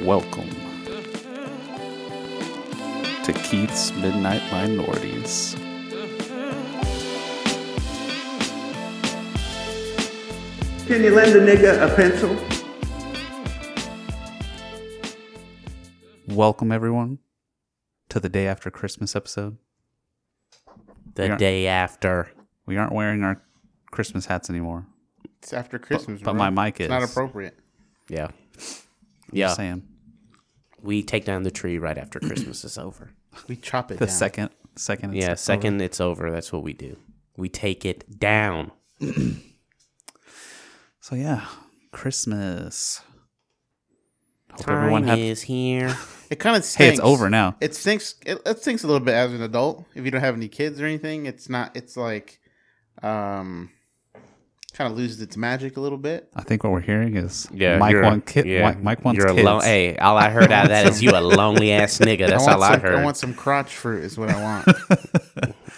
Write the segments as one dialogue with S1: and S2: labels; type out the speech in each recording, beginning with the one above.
S1: Welcome to Keith's Midnight Minorities.
S2: Can you lend a nigga a pencil?
S1: Welcome, everyone, to the day after Christmas episode.
S3: the
S1: Yeah.
S3: day after.
S1: We aren't wearing our Christmas hats anymore.
S4: It's after Christmas.
S1: but my
S4: bro.
S1: mic
S4: it's not
S1: is.
S4: appropriate.
S3: Yeah.
S1: Just
S3: Yeah.
S1: saying.
S3: We take down the tree right after Christmas is over.
S4: We chop it
S1: The
S4: down.
S1: second, second, it's
S3: Yeah,
S1: over.
S3: second it's over. That's what we do. We take it down.
S1: So yeah, Christmas. Hope
S3: Time
S1: had-
S3: is here.
S4: It kind of stinks.
S1: Hey, it's over now.
S4: It stinks. It, it stinks a little bit as an adult if you don't have any kids or anything. It's not. It's like, um, kind of loses its magic a little bit.
S1: I think what we're hearing is Mike one kid. Mike, Mike wants
S3: you're a
S1: kids.
S3: lon- hey, all I heard out of that is you a lonely ass nigga. That's
S4: I
S3: all
S4: want
S3: I
S4: some,
S3: heard.
S4: want some crotch fruit. Is what I want.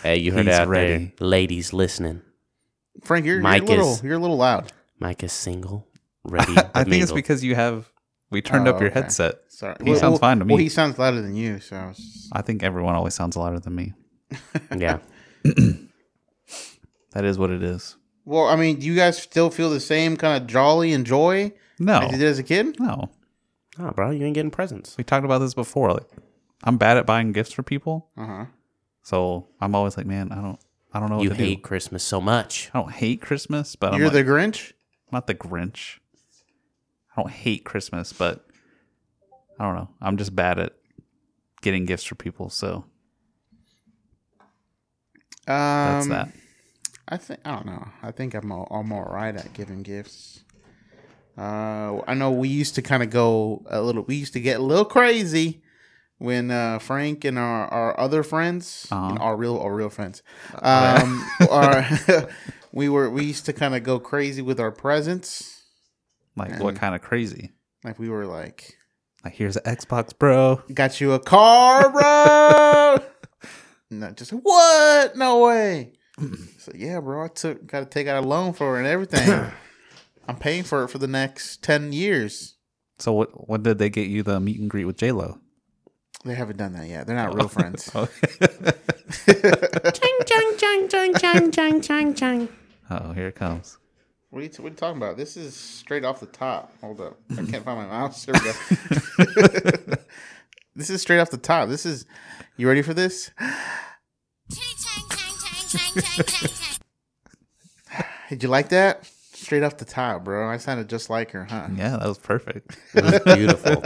S3: hey, you heard
S1: He's
S3: out
S1: ready.
S3: there, ladies listening.
S4: Frank, you're, you're a
S3: Mike
S4: little.
S3: is-
S4: You're a little loud.
S3: Mike is single, ready. to
S1: I think it's
S3: mingle.
S1: because you have. We turned
S4: Oh,
S1: up your
S4: okay.
S1: headset.
S4: Sorry.
S1: He sounds fine to me.
S4: Well, he sounds louder than you. So it's-
S1: I think everyone always sounds louder than me.
S3: yeah,
S1: That is what it is.
S4: well, I mean, do you guys still feel the same kind of jolly and joy
S1: No,
S4: as you did as a kid?
S1: no.
S3: oh, bro, you ain't getting presents.
S1: We talked about this before. Like, I'm bad at buying gifts for people,
S4: Uh huh.
S1: so I'm always like, man, I don't, I don't know what
S3: You
S1: to
S3: hate
S1: do.
S3: Christmas so much.
S1: I don't hate Christmas, but
S4: You're
S1: I'm like,
S4: the Grinch.
S1: not the Grinch. I don't hate Christmas, but I don't know. I'm just bad at getting gifts for people, so that's
S4: Um,
S1: that.
S4: I think I don't know. I think I'm all, I'm all right at giving gifts. Uh, I know we used to kind of go a little. We used to get a little crazy when uh, Frank and our, our other friends, you know,
S1: Uh-huh.
S4: our real our real friends, um, our, we were we used to kind of go crazy with our presents.
S1: Like, what kind of crazy?
S4: Like we were like,
S1: Like, here's an Xbox, bro.
S4: "Got you a car, bro." no, just what? No way. so yeah, bro, I took got to take out a loan for it and everything. I'm paying for it for the next ten years.
S1: So what? What did they get you the meet and greet with J Lo?
S4: They haven't done that yet. They're not real friends.
S1: Oh,
S3: Chang, chang, chang, chang, chang, chang, chang, chang.
S1: oh, here it comes.
S4: What are, you what are you talking about? This is straight off the top. Hold up. I can't find my mouse. There we go. this is straight off the top. This is. You ready for this? Did you like that? Straight off the top, bro. I sounded just like her, huh?
S1: Yeah, that was perfect.
S3: It was beautiful.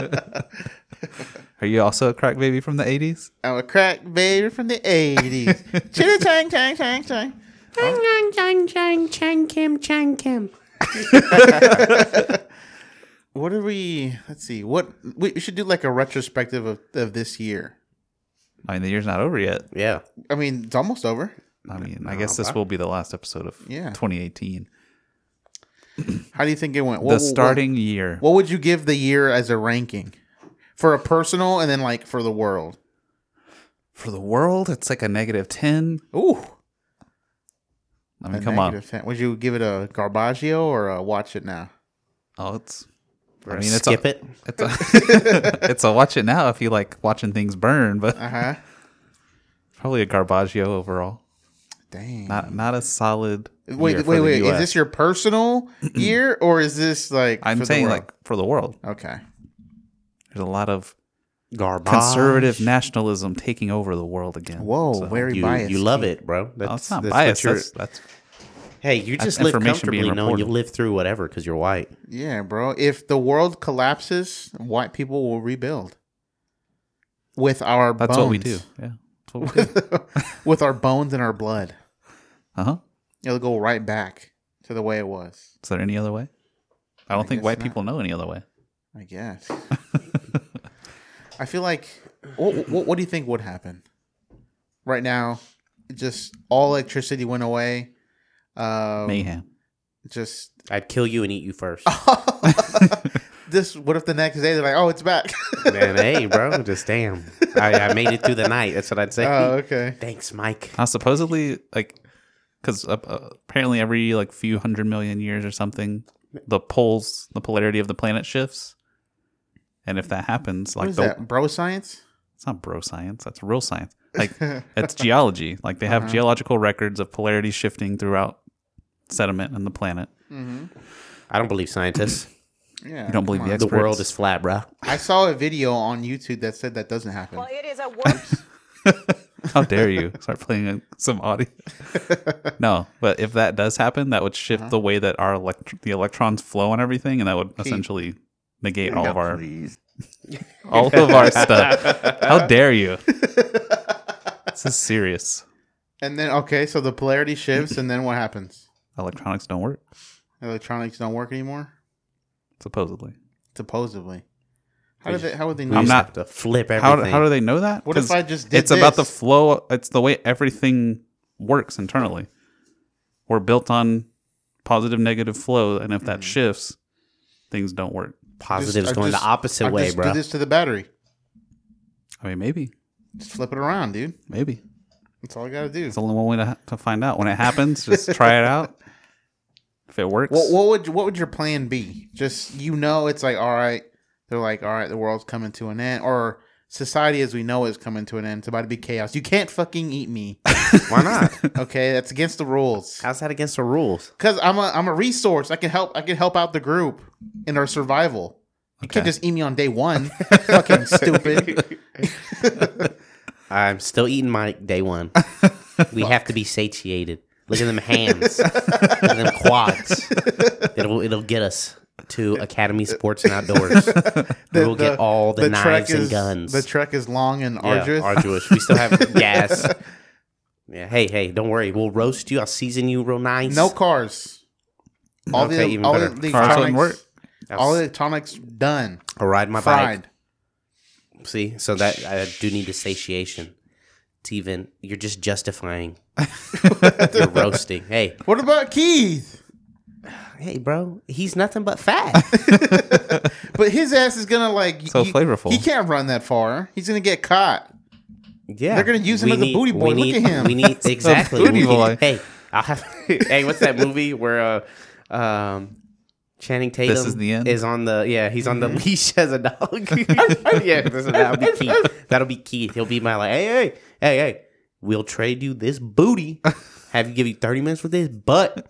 S1: Are you also a crack baby from the '80s?
S4: I'm a crack baby from the 80s. Chitty chang chang chang chang.
S3: Chang, chang, chang, chang, Kim, chang, Kim.
S4: What are we? Let's see. What we we should do like a retrospective of, of this year.
S1: I mean, the year's not over yet.
S3: Yeah.
S4: I mean, it's almost over.
S1: I mean, I guess this will be the last episode of
S4: Yeah.
S1: 2018.
S4: How do you think it went?
S1: the starting year.
S4: What, would you give the year as a ranking for a personal and then like for the world?
S1: For the world, it's like a negative 10.
S4: Ooh,
S1: I mean,
S4: a
S1: come
S4: negative 10. Would you give it a Garbaggio or a watch it now?
S1: on. Oh, it's. I
S3: I
S1: mean,
S3: mean,
S1: it's
S3: skip
S1: a,
S3: it.
S1: It's a, it's a watch it now if you like watching things burn, but
S4: Uh huh.
S1: probably a Garbaggio overall.
S4: Dang.
S1: Not not a solid. year
S4: wait,
S1: for
S4: wait,
S1: the
S4: wait. Is
S1: US.
S4: this your personal year or is this like?
S1: I'm
S4: for the
S1: saying
S4: world?
S1: like for the world,
S4: Okay.
S1: there's a lot of
S3: Garbage.
S1: conservative nationalism taking over the world again.
S4: Whoa,
S1: So-
S4: very
S3: You,
S4: biased.
S3: you love it, bro. That's,
S1: No, Oh, it's not
S3: that's what
S1: biased.
S3: you're-
S1: That's, that's
S3: hey, you just
S1: that's
S3: live
S1: information being
S3: comfortably knowing
S1: reported.
S3: you'll live through whatever because you're white.
S4: Yeah, bro. If the world collapses, white people will rebuild with our
S1: that's
S4: bones.
S1: what we do. Yeah, that's what we do.
S4: with our bones and our blood.
S1: Uh huh.
S4: It'll go right back to the way it was.
S1: Is there any other way? I don't think
S4: guess
S1: white
S4: not.
S1: people know any other way.
S4: I guess. I feel like what, what what do you think would happen? Right now, just all electricity went away. Um,
S1: Mayhem.
S4: Just
S3: I'd kill you and eat you first.
S1: Oh.
S4: this. What if the next day they're like, "Oh, it's back."
S3: Man, hey, bro, just damn. I, I made it through the night. That's what I'd say.
S4: oh, okay.
S3: Thanks, Mike.
S1: Now, Uh, supposedly, like, because uh, apparently every like few hundred million years or something, the poles, the polarity of the planet shifts, And if that happens,
S4: What
S1: like
S4: is
S1: the,
S4: that? Bro science?
S1: it's not bro science, that's real science. Like that's geology. Like they have
S4: Uh-huh.
S1: geological records of polarity shifting throughout sediment and the planet.
S3: I don't believe scientists.
S4: Yeah.
S1: You don't believe the
S3: the
S1: experts?
S3: world is flat, bro.
S4: I saw a video on YouTube that said that doesn't happen.
S5: Well, it is a work.
S1: How dare you start playing in some audio? no, but if that does happen, that would shift
S4: Uh-huh.
S1: the way that our elect- the electrons flow and everything, and that would essentially negate all of our
S2: Please.
S1: all of our stuff. How dare you? This is serious.
S4: And then okay, so the polarity shifts, and then what happens?
S1: Electronics don't work,
S4: Electronics don't work anymore,
S1: supposedly.
S4: supposedly. How did they? How would they
S3: We
S4: know?
S1: I'm
S3: just
S1: not-
S3: have to flip
S1: How,
S3: everything.
S1: how do they know that?
S4: What if
S1: 'Cause
S4: I just did
S1: It's about the
S4: this?
S1: flow. It's the way everything works internally. We're built on positive, negative flow, and if
S4: Mm.
S1: that shifts, things don't work.
S3: Positives
S4: I
S3: going
S4: just-
S3: the opposite
S4: I
S3: way,
S4: just
S3: bro.
S4: Do this to the battery.
S1: I mean, maybe,
S4: Just flip it around, dude.
S1: maybe.
S4: That's all I gotta do.
S1: It's the only one way to, to find out. When it happens, just try it out. If it works,
S4: What, what would what would your plan be? Just you know, it's like all right. They're like all right, the world's coming to an end, or society as we know it is coming to an end. It's about to be chaos. You can't fucking eat me.
S3: Why not?
S4: Okay, that's against the rules.
S3: How's that against the rules?
S4: Cause I'm a I'm a resource. I can help. I can help out the group in our survival. You can't
S1: Okay.
S4: just eat me on day one. Fucking stupid.
S3: I'm still eating my day one. we have to be satiated. Look at them hands. Look at them quads. It'll it'll get us to Academy Sports and Outdoors. we'll get all the, knives
S4: is,
S3: and guns.
S4: The trek is long and
S3: Yeah,
S4: arduous.
S3: arduous. We still have gas. Yeah. Hey, hey, don't worry. We'll roast you. I'll season you real nice.
S4: No cars. All
S3: Okay,
S4: the
S3: even
S4: all the,
S3: better.
S4: the
S1: Cars wouldn't
S4: electronics.
S1: work.
S3: I'll,
S4: All the electronics done.
S3: I'll ride my
S4: fried.
S3: bike. See, so that I do need the satiation. It's even. You're just justifying. you're roasting. Hey,
S4: What about Keith?
S3: hey, bro. He's nothing but fat.
S4: But his ass is gonna like
S1: So flavorful.
S4: He can't run that far. He's gonna get caught.
S3: Yeah,
S4: They're gonna use him
S3: We
S4: as a booty boy.
S3: we
S4: Look
S3: need-
S4: at him.
S3: We need exactly.
S1: booty
S3: We need-
S1: boy.
S3: Hey, I'll have. hey, what's that movie where uh, um, Channing Tatum
S1: is the end?
S3: is on the yeah he's on the
S4: Mm-hmm.
S3: leash as a dog. yeah, this is- that'll be Keith. That'll be Keith. He'll be my like. Hey, hey, hey, hey. We'll trade you this booty. Have you give you thirty minutes with this butt,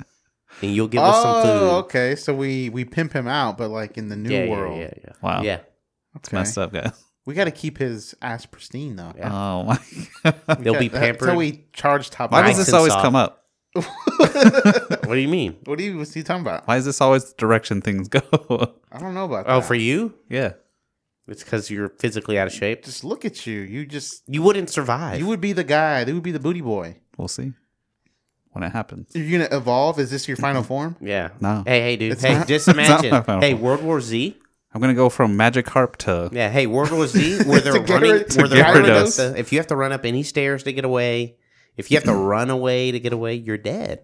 S3: and you'll give us some food.
S4: Oh, okay. So we we pimp him out, but like in the new
S3: Yeah, yeah,
S4: world.
S3: yeah, yeah.
S1: Wow.
S3: Yeah.
S1: It's
S4: Okay.
S1: messed up, guys.
S4: We got to keep his ass pristine though.
S3: Yeah.
S1: Oh my! God.
S3: They'll be
S4: That- that-
S3: pampered.
S4: Until we charge top.
S1: Why
S4: dollar.
S1: does
S3: Nice
S1: this
S3: and
S1: always
S3: soft.
S1: come up?
S3: what do you mean?
S4: What are you? What's he talking about?
S1: Why is this always the direction things go?
S4: I don't know about that.
S3: Oh, for you?
S1: yeah.
S3: It's because you're physically out of shape.
S4: Just look at you. You just
S3: You wouldn't survive.
S4: you would be the guy. They would be the booty boy.
S1: We'll see when it happens.
S4: You're gonna evolve. Is this your final form?
S3: Yeah.
S1: No.
S3: Hey, hey, dude.
S4: It's
S3: hey,
S4: not-
S3: just
S1: not
S3: imagine.
S1: my final
S3: Hey,
S1: form.
S3: World War Z.
S1: I'm gonna go from magic harp to
S3: Yeah. Hey, World War Z. Where they're
S4: To
S3: running.
S4: Gyara- to
S3: Where they're running up
S1: Gyarados.
S3: the, If you have to run up any stairs to get away, if you have to run away to get away, you're dead.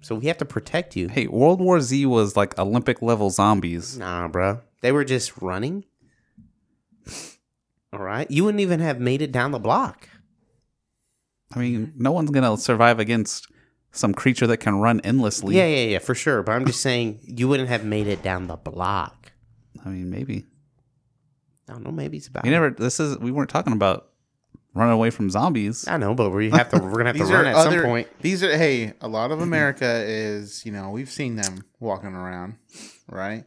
S3: So we have to protect you.
S1: hey. World War Z was like Olympic level zombies.
S3: Nah, bro. They were just running. All right. You wouldn't even have made it down the block.
S1: I mean,
S3: Mm-hmm.
S1: no one's gonna survive against some creature that can run endlessly.
S3: Yeah, yeah, yeah, for sure. But I'm just saying, you wouldn't have made it down the block.
S1: I mean, maybe
S3: I don't know. Maybe it's about.
S1: we never. This is we weren't talking about running away from zombies.
S3: I know, but we have to. We're gonna have to
S4: These
S3: run
S4: are
S3: at
S4: other.
S3: some point. Mm-hmm.
S4: These are hey. A lot of America is you know we've seen them walking around, right?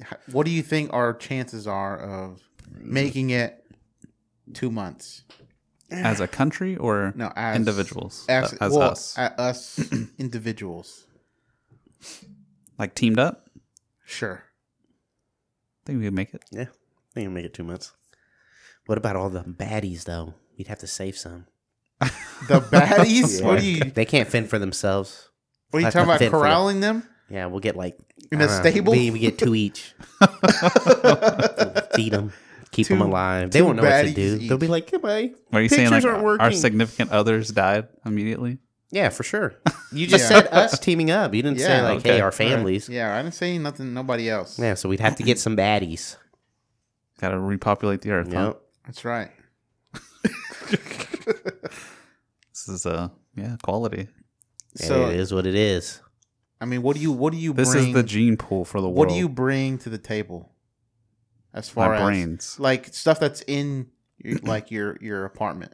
S4: H- What do you think our chances are of making it two months?
S1: as a country or
S4: No, as
S1: individuals uh,
S4: As,
S1: as
S4: well,
S1: us
S4: a- us individuals.
S1: like teamed up
S4: Sure.
S1: think we could make it
S3: Yeah, I think we make it two months. What about all the baddies though? You'd have to save some.
S4: The baddies? What are you?
S3: They can't fend for themselves.
S4: What are you
S3: Have
S4: talking
S3: to
S4: about?
S3: fend for them.
S4: Corralling them?
S3: Yeah, we'll get like
S4: In a
S3: I don't know,
S4: stable?
S3: We, we get two each. feed them, keep them
S4: Two-
S3: alive. They
S4: two
S3: won't know what to
S4: baddies
S3: do. They'll
S4: each.
S3: be like, "Goodbye."
S1: are you saying
S3: Pictures
S1: like
S3: aren't
S1: our- our
S3: working.
S1: significant others died immediately
S3: Yeah, for sure. You just
S4: Yeah.
S3: said us teaming up. You didn't say
S4: Yeah,
S3: like,
S1: okay.
S3: "Hey, our
S1: All right.
S3: families."
S4: Yeah, I didn't say nothing. Nobody else.
S3: Yeah, so we'd have to get some baddies.
S1: gotta repopulate the earth huh?
S3: Yep.
S4: That's right.
S1: this is uh yeah quality
S4: so
S3: it is what it is.
S4: I mean, what do you? What do you?
S1: this
S4: bring,
S1: is the gene pool for the world
S4: What do you bring to the table? as far
S1: my
S4: as
S1: brains.
S4: like stuff that's in your, like your your apartment.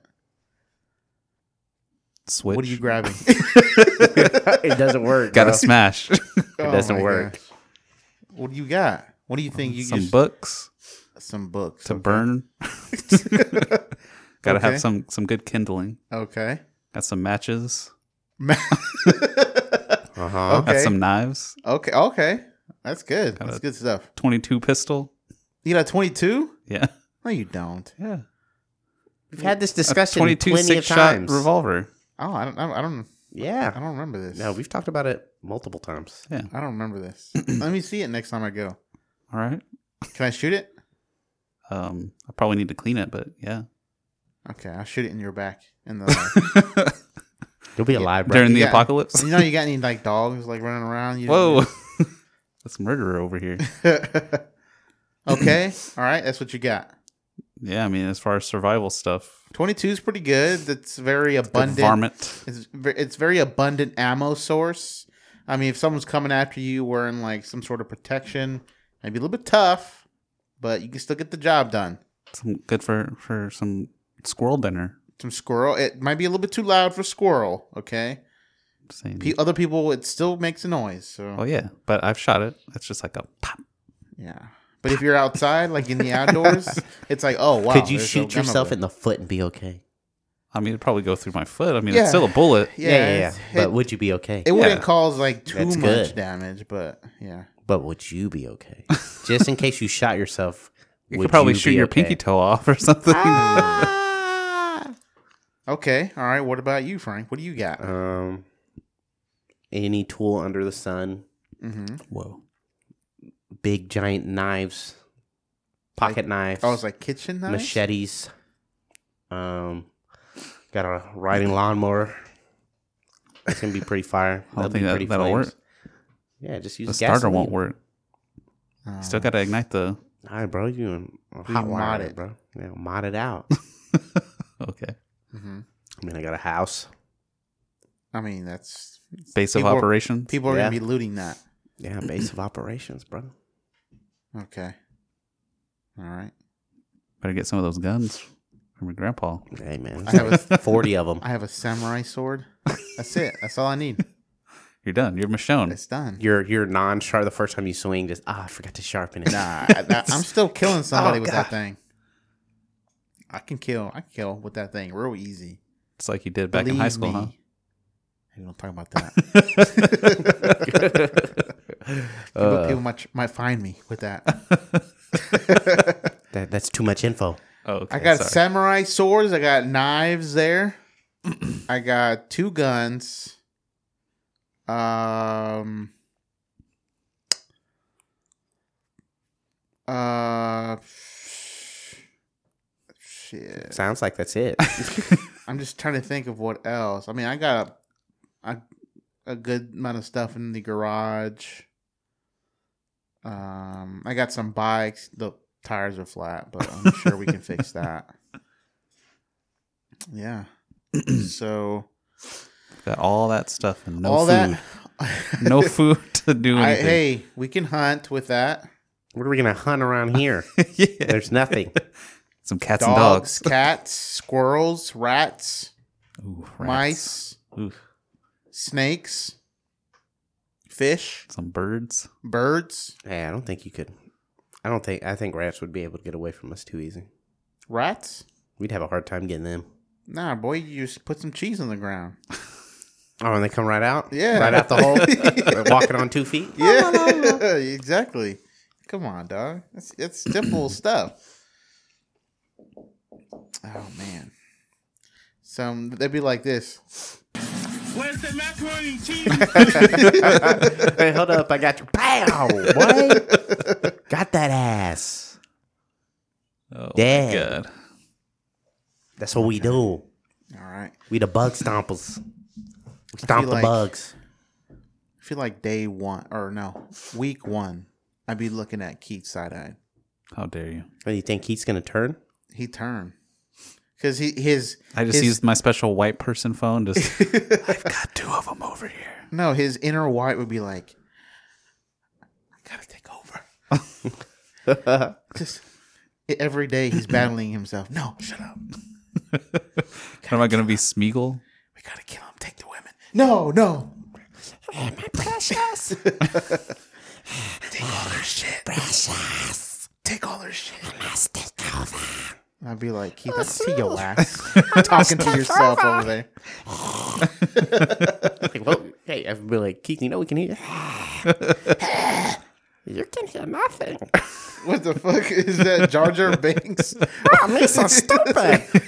S1: Switch.
S4: What are you grabbing?
S3: it doesn't work.
S1: Got to
S3: bro.
S1: smash
S4: Oh
S3: doesn't
S4: my
S3: work.
S4: gosh. What do you got? What do you think? You
S1: some
S4: just-
S1: books
S4: some books
S1: to
S4: okay.
S1: burn. Got to
S4: Okay.
S1: have some some good kindling.
S4: Okay.
S1: Got some matches.
S3: Uh-huh.
S4: Okay.
S1: Got some knives.
S4: Okay. Okay. That's good.
S1: Got
S4: That's
S1: a-
S4: good stuff.
S1: Twenty two pistol.
S4: You got a 22?
S1: Yeah,
S4: No, you don't.
S1: yeah.
S3: We've had this
S1: A
S3: discussion
S1: 22
S3: plenty of
S1: six shot
S3: times.
S1: revolver.
S4: Oh, I don't. I don't. I
S3: yeah.
S4: don't remember this.
S3: No, we've talked about it multiple times.
S4: I don't remember this. Let me see it next time I go.
S1: All right.
S4: Can I shoot it?
S1: Um, I probably need to clean it, but yeah.
S4: Okay, I'll shoot it in your back. In the
S3: You'll be alive, bro.
S1: During the
S4: Yeah.
S1: apocalypse.
S4: you know, you got any like dogs like running around? You
S1: Whoa.
S4: don't
S1: That's murderer over here.
S4: need- okay. All right. That's what you got.
S1: Yeah, I mean, as far as survival stuff,
S4: 22 is pretty good. That's very
S1: good
S4: abundant.
S1: varmint.
S4: It's ve- it's very abundant ammo source. I mean, if someone's coming after you wearing like some sort of protection, might be a little bit tough, but you can still get the job done.
S1: Some good for for some squirrel dinner.
S4: Some squirrel. It might be a little bit too loud for squirrel. Okay.
S1: I'm Saying.
S4: Pe- other people, it still makes a noise. So
S1: oh yeah, but I've shot it. It's just like a pop.
S4: yeah. But if you're outside, like in the outdoors, it's like, oh wow.
S3: Could you
S4: there's
S3: shoot
S4: no ammo
S3: yourself
S4: there.
S3: in the foot and be okay?
S1: I mean, it'd probably go through my foot. I mean,
S4: Yeah.
S1: it's still a bullet.
S4: Yeah, it's-
S3: But
S4: It,
S3: would you be okay?
S4: it wouldn't
S1: yeah.
S4: cause like too
S3: That's
S4: much
S3: good.
S4: damage, but yeah.
S3: but would you be okay? Just in case you shot yourself.
S1: You
S3: would
S1: could probably
S3: you
S1: shoot
S3: be
S1: your
S3: okay?
S1: pinky toe off or something. Ah,
S4: Okay. All right. What about you, Frank? What do you got?
S3: Um, any tool under the sun,
S4: hmm
S1: Whoa.
S3: big giant knives, pocket knives,
S1: oh,
S4: I was Oh, like kitchen knife.
S3: machetes. Um, got a riding lawnmower. It's gonna be pretty fire.
S1: I don't
S3: That'll
S1: think
S3: be
S1: that-
S3: pretty
S1: that'll
S3: flames.
S1: work.
S3: Yeah, just use
S1: The starter won't
S3: gasoline.
S1: work.
S4: Oh.
S1: Still got to ignite the.
S3: All right, bro, you can hot
S4: mod
S3: mod
S4: it.
S3: it, bro. Yeah, mod it out.
S1: Okay.
S4: hmm
S3: I mean, I got a house.
S4: I mean, that's
S1: Base of
S4: People-
S1: operations.
S4: people are
S3: Yeah.
S4: gonna be looting that.
S3: Yeah, base of operations, bro.
S4: Okay. All right.
S1: Better get some of those guns from your grandpa.
S3: Hey, man,
S4: I have a,
S3: forty of them.
S4: I have a samurai sword. That's it. That's all I need.
S1: You're done. You're Michonne.
S4: It's done.
S3: Your your non sharp the first time you swing, just ah, I forgot to sharpen it.
S4: nah, I, I- I'm still killing somebody
S3: Oh,
S4: with that
S3: God.
S4: thing. I can kill. I can kill with that thing real easy.
S1: It's like you did back in high school, huh?
S4: Hey, don't talk about that. people
S1: Uh,
S4: people might, might find me with that.
S3: That, that's too much info.
S1: Oh, okay.
S4: I got
S1: sorry.
S4: samurai swords. I got knives there. I got two guns. Um. Uh. Shit.
S3: Sounds like that's it.
S4: I'm just trying to think of what else. I mean, I got a, a, a good amount of stuff in the garage. Um, I got some bikes. The tires are flat, but I'm sure we can fix that. Yeah. so
S1: Got all that stuff and no
S4: all
S1: food.
S4: that.
S1: no food to do
S4: I,
S1: anything.
S4: hey, we can hunt with that.
S3: what are we gonna hunt around here?
S1: Yeah.
S3: There's nothing.
S1: Some cats
S4: Dogs,
S1: and dogs.
S4: cats, squirrels, rats,
S1: Ooh, rats.
S4: mice,
S1: Ooh,
S4: snakes, fish,
S1: some birds.
S4: birds,
S3: Hey, I don't think you could. I don't think. I think rats would be able to get away from us too easy.
S4: rats.
S3: We'd have a hard time getting them.
S4: Nah, boy, you just put some cheese on the ground.
S3: Oh, and they come right out.
S4: Yeah.
S3: right out the hole. They're walking on two feet.
S4: Yeah, exactly. Come on, dog. That's that's simple stuff. Oh man. Some they'd be like this.
S5: Where's the macaroni and cheese?
S3: Hey, hold up! I got you. Pow! What? got that ass.
S1: Oh,
S3: Yeah.
S1: good.
S3: That's what we do.
S4: All right.
S3: We the bug stompers. We stomp the
S4: like-
S3: bugs.
S4: I feel like day one or no, week one, I'd be looking at Keith side eyed.
S1: How dare you?
S3: What, do you think Keith's gonna turn?
S4: He turned. Cause he his
S1: I just
S4: his-
S1: used my special white person phone. Just I've got two of them over here.
S4: No, his inner white would be like, I gotta take over. Just every day he's battling himself. No, shut up.
S1: Am I gonna be Smeagol?
S4: We gotta kill him. Take the women. No, no. I'd be like, keep that to your ass. Talking to yourself over there.
S3: Like, well, hey, everybody, like, Keith, you know we can hear. you can hear nothing.
S4: What the fuck is that? Jar Jar Binks?
S3: Oh, me so stupid.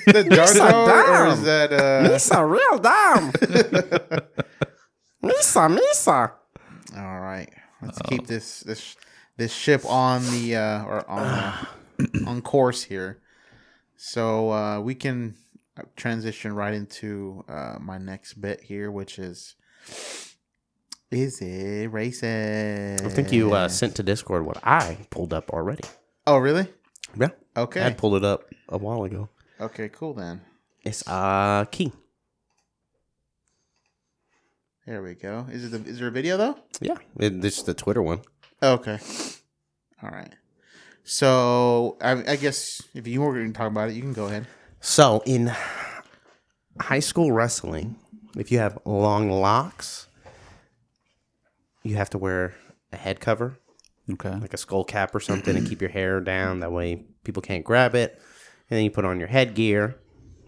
S4: The Jar
S3: so
S4: Jar, or is
S3: dumb.
S4: that uh?
S3: Me so real dumb. Misa, Misa.
S4: All right, let's
S3: Um,
S4: keep this this this ship on the uh or on uh, on course here, so uh we can transition right into uh my next bit here, which is is it racist?
S3: I think you uh, sent to Discord what I pulled up already.
S4: Oh, really?
S3: Yeah.
S4: Okay.
S3: I had pulled it up a while ago.
S4: Okay. Cool. Then
S3: It's uh key.
S4: there we go. Is it the, is there a video though?
S3: Yeah. It, this is the Twitter one.
S4: Okay. All right. So I, I guess if you were going to talk about it, you can go ahead.
S3: So in high school wrestling, if you have long locks, you have to wear a head cover,
S1: Okay.
S3: like a skull cap or something, and keep your hair down. That way people can't grab it. And then you put on your headgear,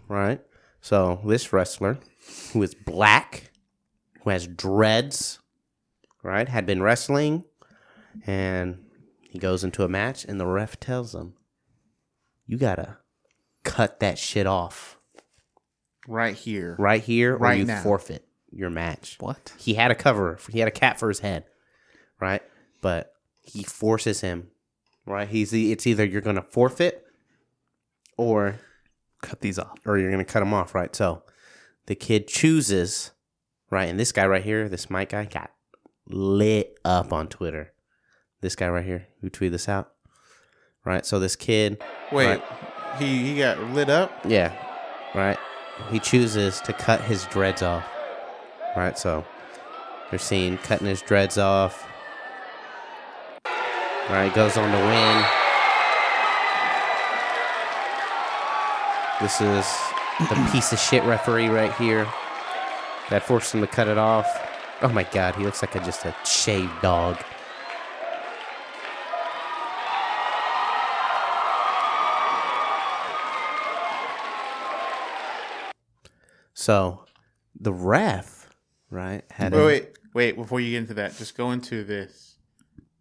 S3: right? So this wrestler, who is black, who has dreads, right, had been wrestling, and he goes into a match, and the ref tells him, "You gotta cut that shit off."
S4: Right here.
S3: right here, or
S4: Right
S3: you
S4: now.
S3: forfeit your match.
S1: What?
S3: He had a cover. He had a cap for his head, right? But he forces him, right? He's e- it's either you're gonna forfeit, or
S1: Cut these off.
S3: or you're gonna cut him off, right? So the kid chooses, right? And this guy right here, this Mike guy, got lit up on Twitter. This guy right here who tweeted this out, right? So this kid,
S4: Wait. He he got lit up.
S3: yeah. Right? He chooses to cut his dreads off. Right? So they're seen cutting his dreads off. Right? Goes on to win. This is the piece of shit referee right here that forced him to cut it off. Oh my god, he looks like a, just a shaved dog. So the ref, right? Had
S4: Wait,
S3: him-
S4: wait, wait. Before you get into that, just go into this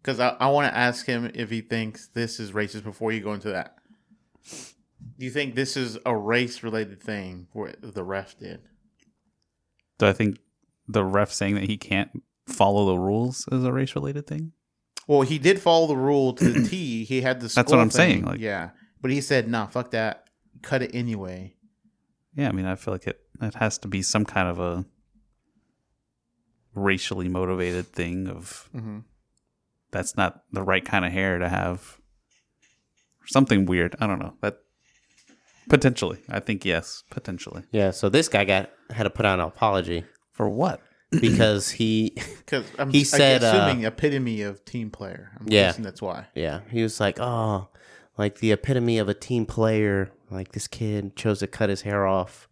S4: because I, I want to ask him if he thinks this is racist. Before you go into that, do you think this is a race related thing? What the ref did?
S1: Do I think the ref saying that he can't follow the rules is a race related thing?
S4: Well, he did follow the rule to the T. He had the.
S1: what
S4: skull
S1: I'm saying,
S4: thing.
S1: like-
S4: yeah, but he said, "Nah, fuck that. Cut it anyway."
S1: Yeah, I mean, I feel like it it has to be some kind of a racially motivated thing of
S4: Mhm.
S1: that's not the right kind of hair to have. Something weird. I don't know. That potentially. I think yes, potentially.
S3: Yeah, so this guy got had to put out an apology
S1: For what?
S3: because he
S4: Because I'm
S3: He
S4: he
S3: said, uh,
S4: assuming epitome of team player. I'm
S3: Yeah.
S4: guessing that's why.
S3: Yeah, he was like, oh, like the epitome of a team player. Like this kid chose to cut his hair off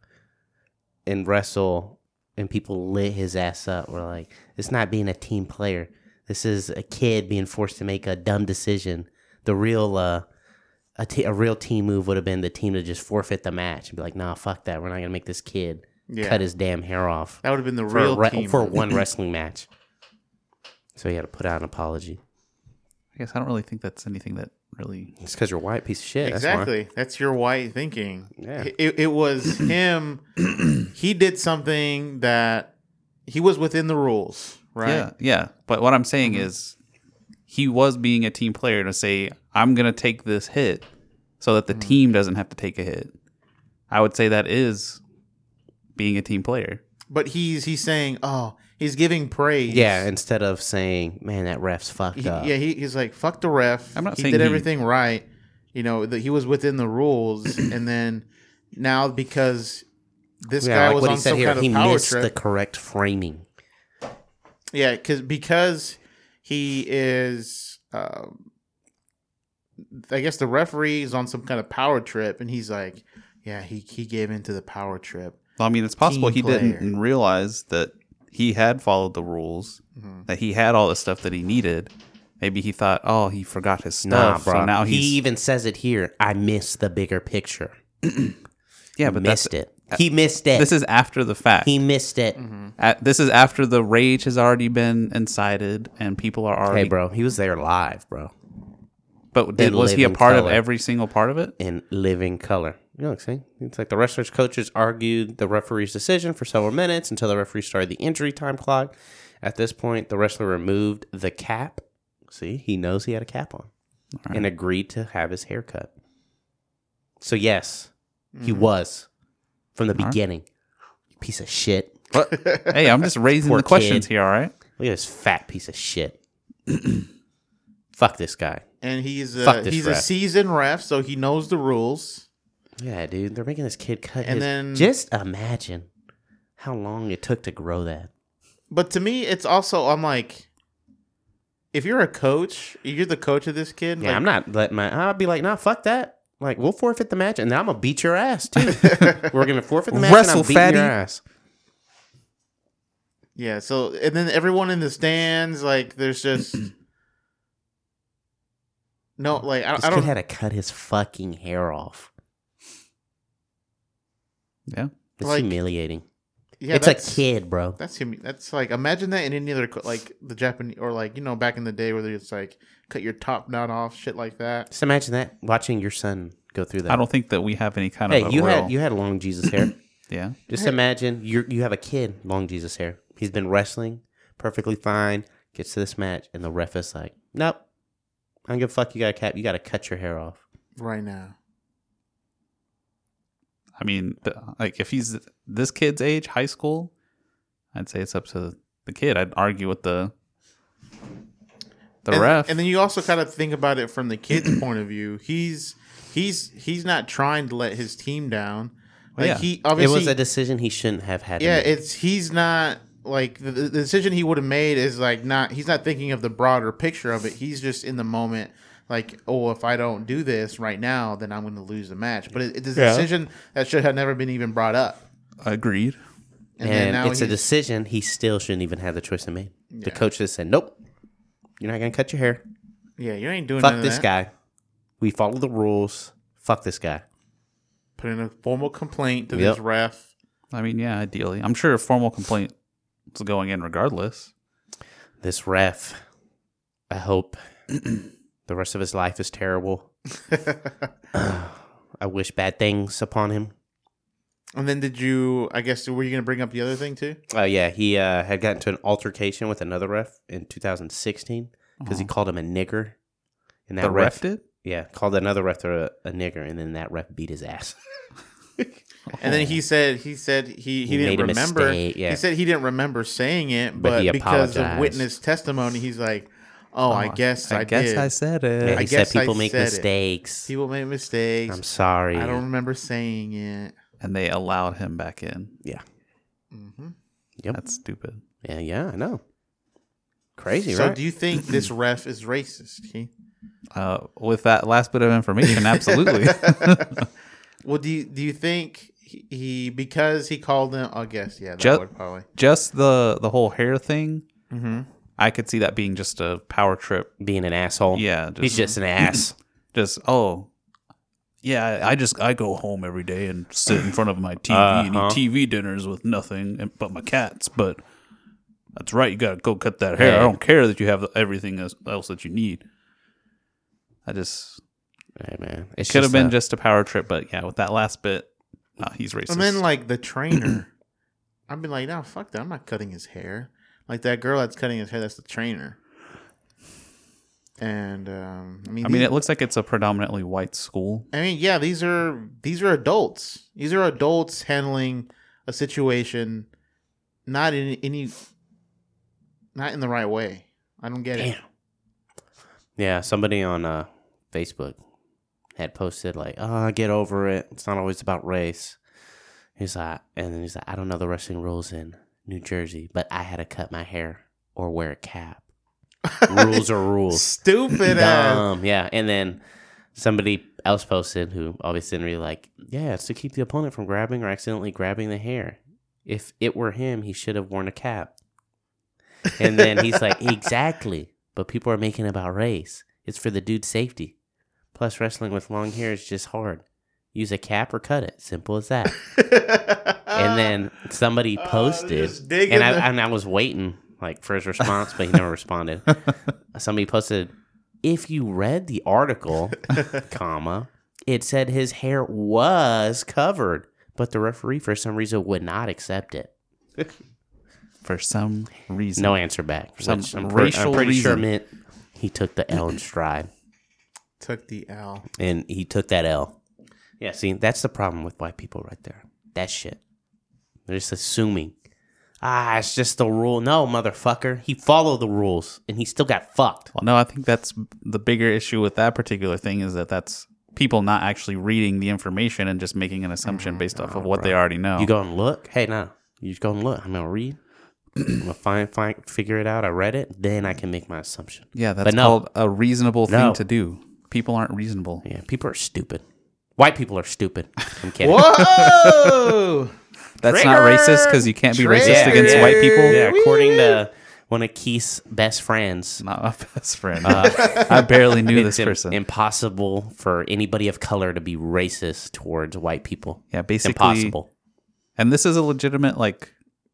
S3: and wrestle, and people lit his ass up. We're like, it's not being a team player. This is a kid being forced to make a dumb decision. The real, uh, a, t- a real team move would have been the team to just forfeit the match and be like, nah, fuck that. We're not gonna make this kid
S4: Yeah.
S3: cut his damn hair off
S4: That would have been the
S3: for, a
S4: real
S3: re-
S4: team
S3: for
S4: move.
S3: one wrestling match. So he had to put out an apology.
S1: I guess I don't really think that's anything that really
S3: It's because you're white piece of shit. that's why.
S4: Exactly. That's, your white thinking.
S3: Yeah.
S4: It, it was him. he did something that he was within the rules, right?
S1: Yeah, yeah. But what I'm saying is he was being a team player to say, I'm gonna take this hit so that the team doesn't have to take a hit. I would say that is being a team player.
S4: But he's he's saying, oh, he's giving praise.
S3: Yeah, instead of saying, "Man, that ref's fucked
S4: He-
S3: up."
S4: yeah. He, he's like, fuck the ref.
S1: I'm not
S4: he
S1: saying
S4: did
S1: he-
S4: everything right. You know that he was within the rules, and then now because this
S3: Yeah,
S4: guy
S3: like
S4: was
S3: what
S4: on
S3: he said
S4: some
S3: here,
S4: kind
S3: he
S4: of power
S3: missed
S4: trip.
S3: the correct framing.
S4: Yeah, because because he is um, I guess the referee is on some kind of power trip, and he's like, "Yeah, he he gave into the power trip."
S1: I mean, it's possible
S4: Team
S1: he didn't
S4: player.
S1: realize that he had followed the rules,
S4: Mm-hmm.
S1: that he had all the stuff that he needed. Maybe he thought, oh, he forgot his
S3: Nah,
S1: stuff.
S3: bro.
S1: so now
S3: he
S1: he's
S3: even says it here. I missed the bigger picture.
S1: yeah, but that's,
S3: missed it. He missed it.
S1: this is Mm-hmm. after the fact.
S3: he missed it.
S1: At- this is after the rage has already been incited and people are already.
S3: Hey, bro, he was there live, bro,
S1: But did,
S3: They
S1: was
S3: live
S1: he a
S3: in
S1: part of
S3: color.
S1: every single part of it?
S3: in living color. You know what I'm saying? It's like the wrestlers' coaches argued the referee's decision for several minutes until the referee started the injury time clock. At this point, the wrestler removed the cap. See, he knows he had a cap on, and agreed to have his hair cut. So yes, he was from the beginning. You Piece of shit.
S1: hey, I'm just raising
S3: Poor
S1: the questions
S3: kid.
S1: here, all right?
S3: Look at this fat piece of shit. Fuck this guy.
S4: And he's a,
S3: Fuck this
S4: he's a
S3: ref.
S4: seasoned ref, so he knows the rules.
S3: Yeah, dude, they're making this kid cut.
S4: And
S3: his-
S4: then-
S3: just imagine how long it took to grow that.
S4: But to me, it's also I'm like, if you're a coach, you're the coach of this kid.
S3: Yeah,
S4: like,
S3: I'm not letting my. I'd be like, nah, fuck that. Like, we'll forfeit the match, and then I'm gonna beat your ass too. We're gonna forfeit the match, and
S1: Wrestle,
S3: I'm beating
S1: fatty.
S3: your ass.
S4: Yeah. So and then everyone in the stands, like, there's just no like I,
S3: This
S4: I
S3: kid
S4: don't.
S3: had to cut his fucking hair off.
S1: Yeah.
S3: It's
S4: Like-
S3: humiliating.
S4: yeah,
S3: it's a
S4: that's-
S3: kid, bro.
S4: That's humi- that's like imagine that in any other co- like the Japanese or like you know back in the day where it's like cut your top knot off, shit like that.
S3: Just imagine that watching your son go through that.
S1: I don't think that we have any kind
S3: hey,
S1: of. a
S3: you
S1: real-
S3: had you had long Jesus hair.
S1: yeah.
S3: Just imagine you you have a kid, long Jesus hair. He's been wrestling perfectly fine. Gets to this match, and the ref is like, "Nope, I don't give a fuck. You got a cap. You got to cut your hair off."
S4: Right now,
S1: I mean, th- like if he's this kid's age, high school, I'd say it's up to the kid. I'd argue with the the
S4: and,
S1: ref.
S4: And then you also kind of think about it from the kid's point of view. He's he's he's not trying to let his team down. Like
S1: Well, yeah.
S4: he obviously
S3: it was a decision he shouldn't have had. to
S4: yeah,
S3: make.
S4: it's he's not like the, the decision he would have made is like not he's not thinking of the broader picture of it. He's just in the moment. Like, oh, if I don't do this right now, then I'm going to lose the match. But it, it's a
S1: Yeah.
S4: decision that should have never been even brought up.
S1: Agreed.
S4: And, then
S3: and
S4: now
S3: it's a
S4: he's-
S3: decision he still shouldn't even have the choice to make. The coach just said, "Nope, you're not gonna cut your hair.
S4: yeah, you ain't doing none
S3: Fuck
S4: of
S3: this
S4: that.
S3: guy. We follow the rules. Fuck this guy."
S4: Put in a formal complaint to
S3: Yep.
S4: this ref.
S1: I mean, yeah, ideally, I'm sure a formal complaint is going in regardless.
S3: This ref. I hope the rest of his life is terrible. I wish bad things upon him.
S4: And then did you? I guess were you going to bring up the other thing too?
S3: Oh yeah, he uh, had gotten to an altercation with another ref in 2016 because he
S4: Uh-huh.
S3: called him a nigger. And that
S1: The ref did.
S3: Yeah, called another ref a, a nigger, and then that ref beat his ass.
S4: And then he said he said he, he,
S3: He made
S4: didn't
S3: a
S4: remember.
S3: mistake, yeah.
S4: He said he didn't remember saying it, but,
S3: But he
S4: because of
S3: apologized.
S4: witness testimony, he's like, "Oh, I guess I,
S1: I guess
S4: did.
S1: I said
S3: Yeah,
S1: it.
S3: he
S4: guess
S3: said
S4: I
S3: people make
S4: said it.
S3: mistakes.
S4: People make mistakes.
S3: I'm sorry.
S4: I don't remember saying it."
S1: And they allowed him back in.
S3: Yeah,
S1: That's stupid.
S3: yeah, yeah. I know. Crazy,
S4: so,
S3: right?
S4: do you think this ref is racist? He,
S1: Uh, with that last bit of information, absolutely.
S4: well, do you do you think he, he because he called him? I guess yeah, that
S1: Ju-
S4: would probably.
S1: just the the whole hair thing. I could see that being just a power trip.
S3: Being an asshole.
S1: Yeah,
S3: he's just an ass.
S1: Just oh, yeah. I, I just I go home every day and sit in front of my TV
S3: Uh-huh.
S1: and eat TV dinners with nothing and, but my cats. But that's right. You gotta go cut that hair. I
S3: Hey.
S1: don't care that you have everything else- else that you need. I just
S3: hey man, it
S1: could have been just a power trip, but yeah, with that last bit, nah, he's racist.
S4: And then like the trainer, I've been like, no, fuck that. I'm not cutting his hair. Like that girl that's cutting his hair, that's the trainer. And um, I mean,
S1: I mean,
S4: these-
S1: it looks like it's a predominantly white school.
S4: I mean, yeah, these are these are adults. These are adults handling a situation, not in any, not in the right way. I don't get it.
S3: Damn. yeah. Somebody on uh, Facebook had posted like, "Oh, get over it. It's not always about race." He's like, and then he's like, "I don't know the wrestling rules in New Jersey, but I had to cut my hair or wear a cap. rules are rules."
S4: Stupid ass.
S3: Dumb. Yeah. And then somebody else posted who obviously didn't really like, yeah, it's to keep the opponent from grabbing or accidentally grabbing the hair. If it were him, he should have worn a cap. And then he's like, exactly. But people are making it about race. It's for the dude's safety. Plus, wrestling with long hair is just hard. Use a cap or cut it. Simple as that. and then somebody posted,
S4: Uh, just digging
S3: and I
S4: the-
S3: and I was waiting like for his response, but he never responded. Somebody posted, "If you read the article, comma, it said his hair was covered, but the referee for some reason would not accept it.
S1: for some reason.
S3: No answer back.
S1: some
S3: which I'm,
S1: racial
S3: I'm pretty sure
S1: reason.
S3: meant he took the L in stride,
S4: Took the L.
S3: and he took that L. Yeah, see, that's the problem with white people right there. That shit. They're just assuming. Ah, it's just the rule. No, motherfucker. He followed the rules and he still got fucked.
S1: Well, no, I think that's the bigger issue with that particular thing is that that's people not actually reading the information and just making an assumption based off of what they already know.
S3: Mm-hmm. Oh, You go and look. Hey, no, you just go and look. I'm gonna read. I'm gonna find, find, figure it out. I read it, then I can make my assumption.
S1: yeah, that's
S3: but no.
S1: called a reasonable thing
S3: No.
S1: to do. People aren't reasonable.
S3: Yeah, people are stupid. White people are stupid. I'm kidding. Oh!
S4: Whoa!
S1: That's not racist because you can't be racist
S4: Triggered.
S1: against white people.
S3: Yeah, according to one of Keith's best friends,
S1: Not my best friend. I barely knew this
S3: Uh, it's im-
S1: person.
S3: impossible for anybody of color to be racist towards white people.
S1: yeah, basically.
S3: Impossible.
S1: And this is a legitimate like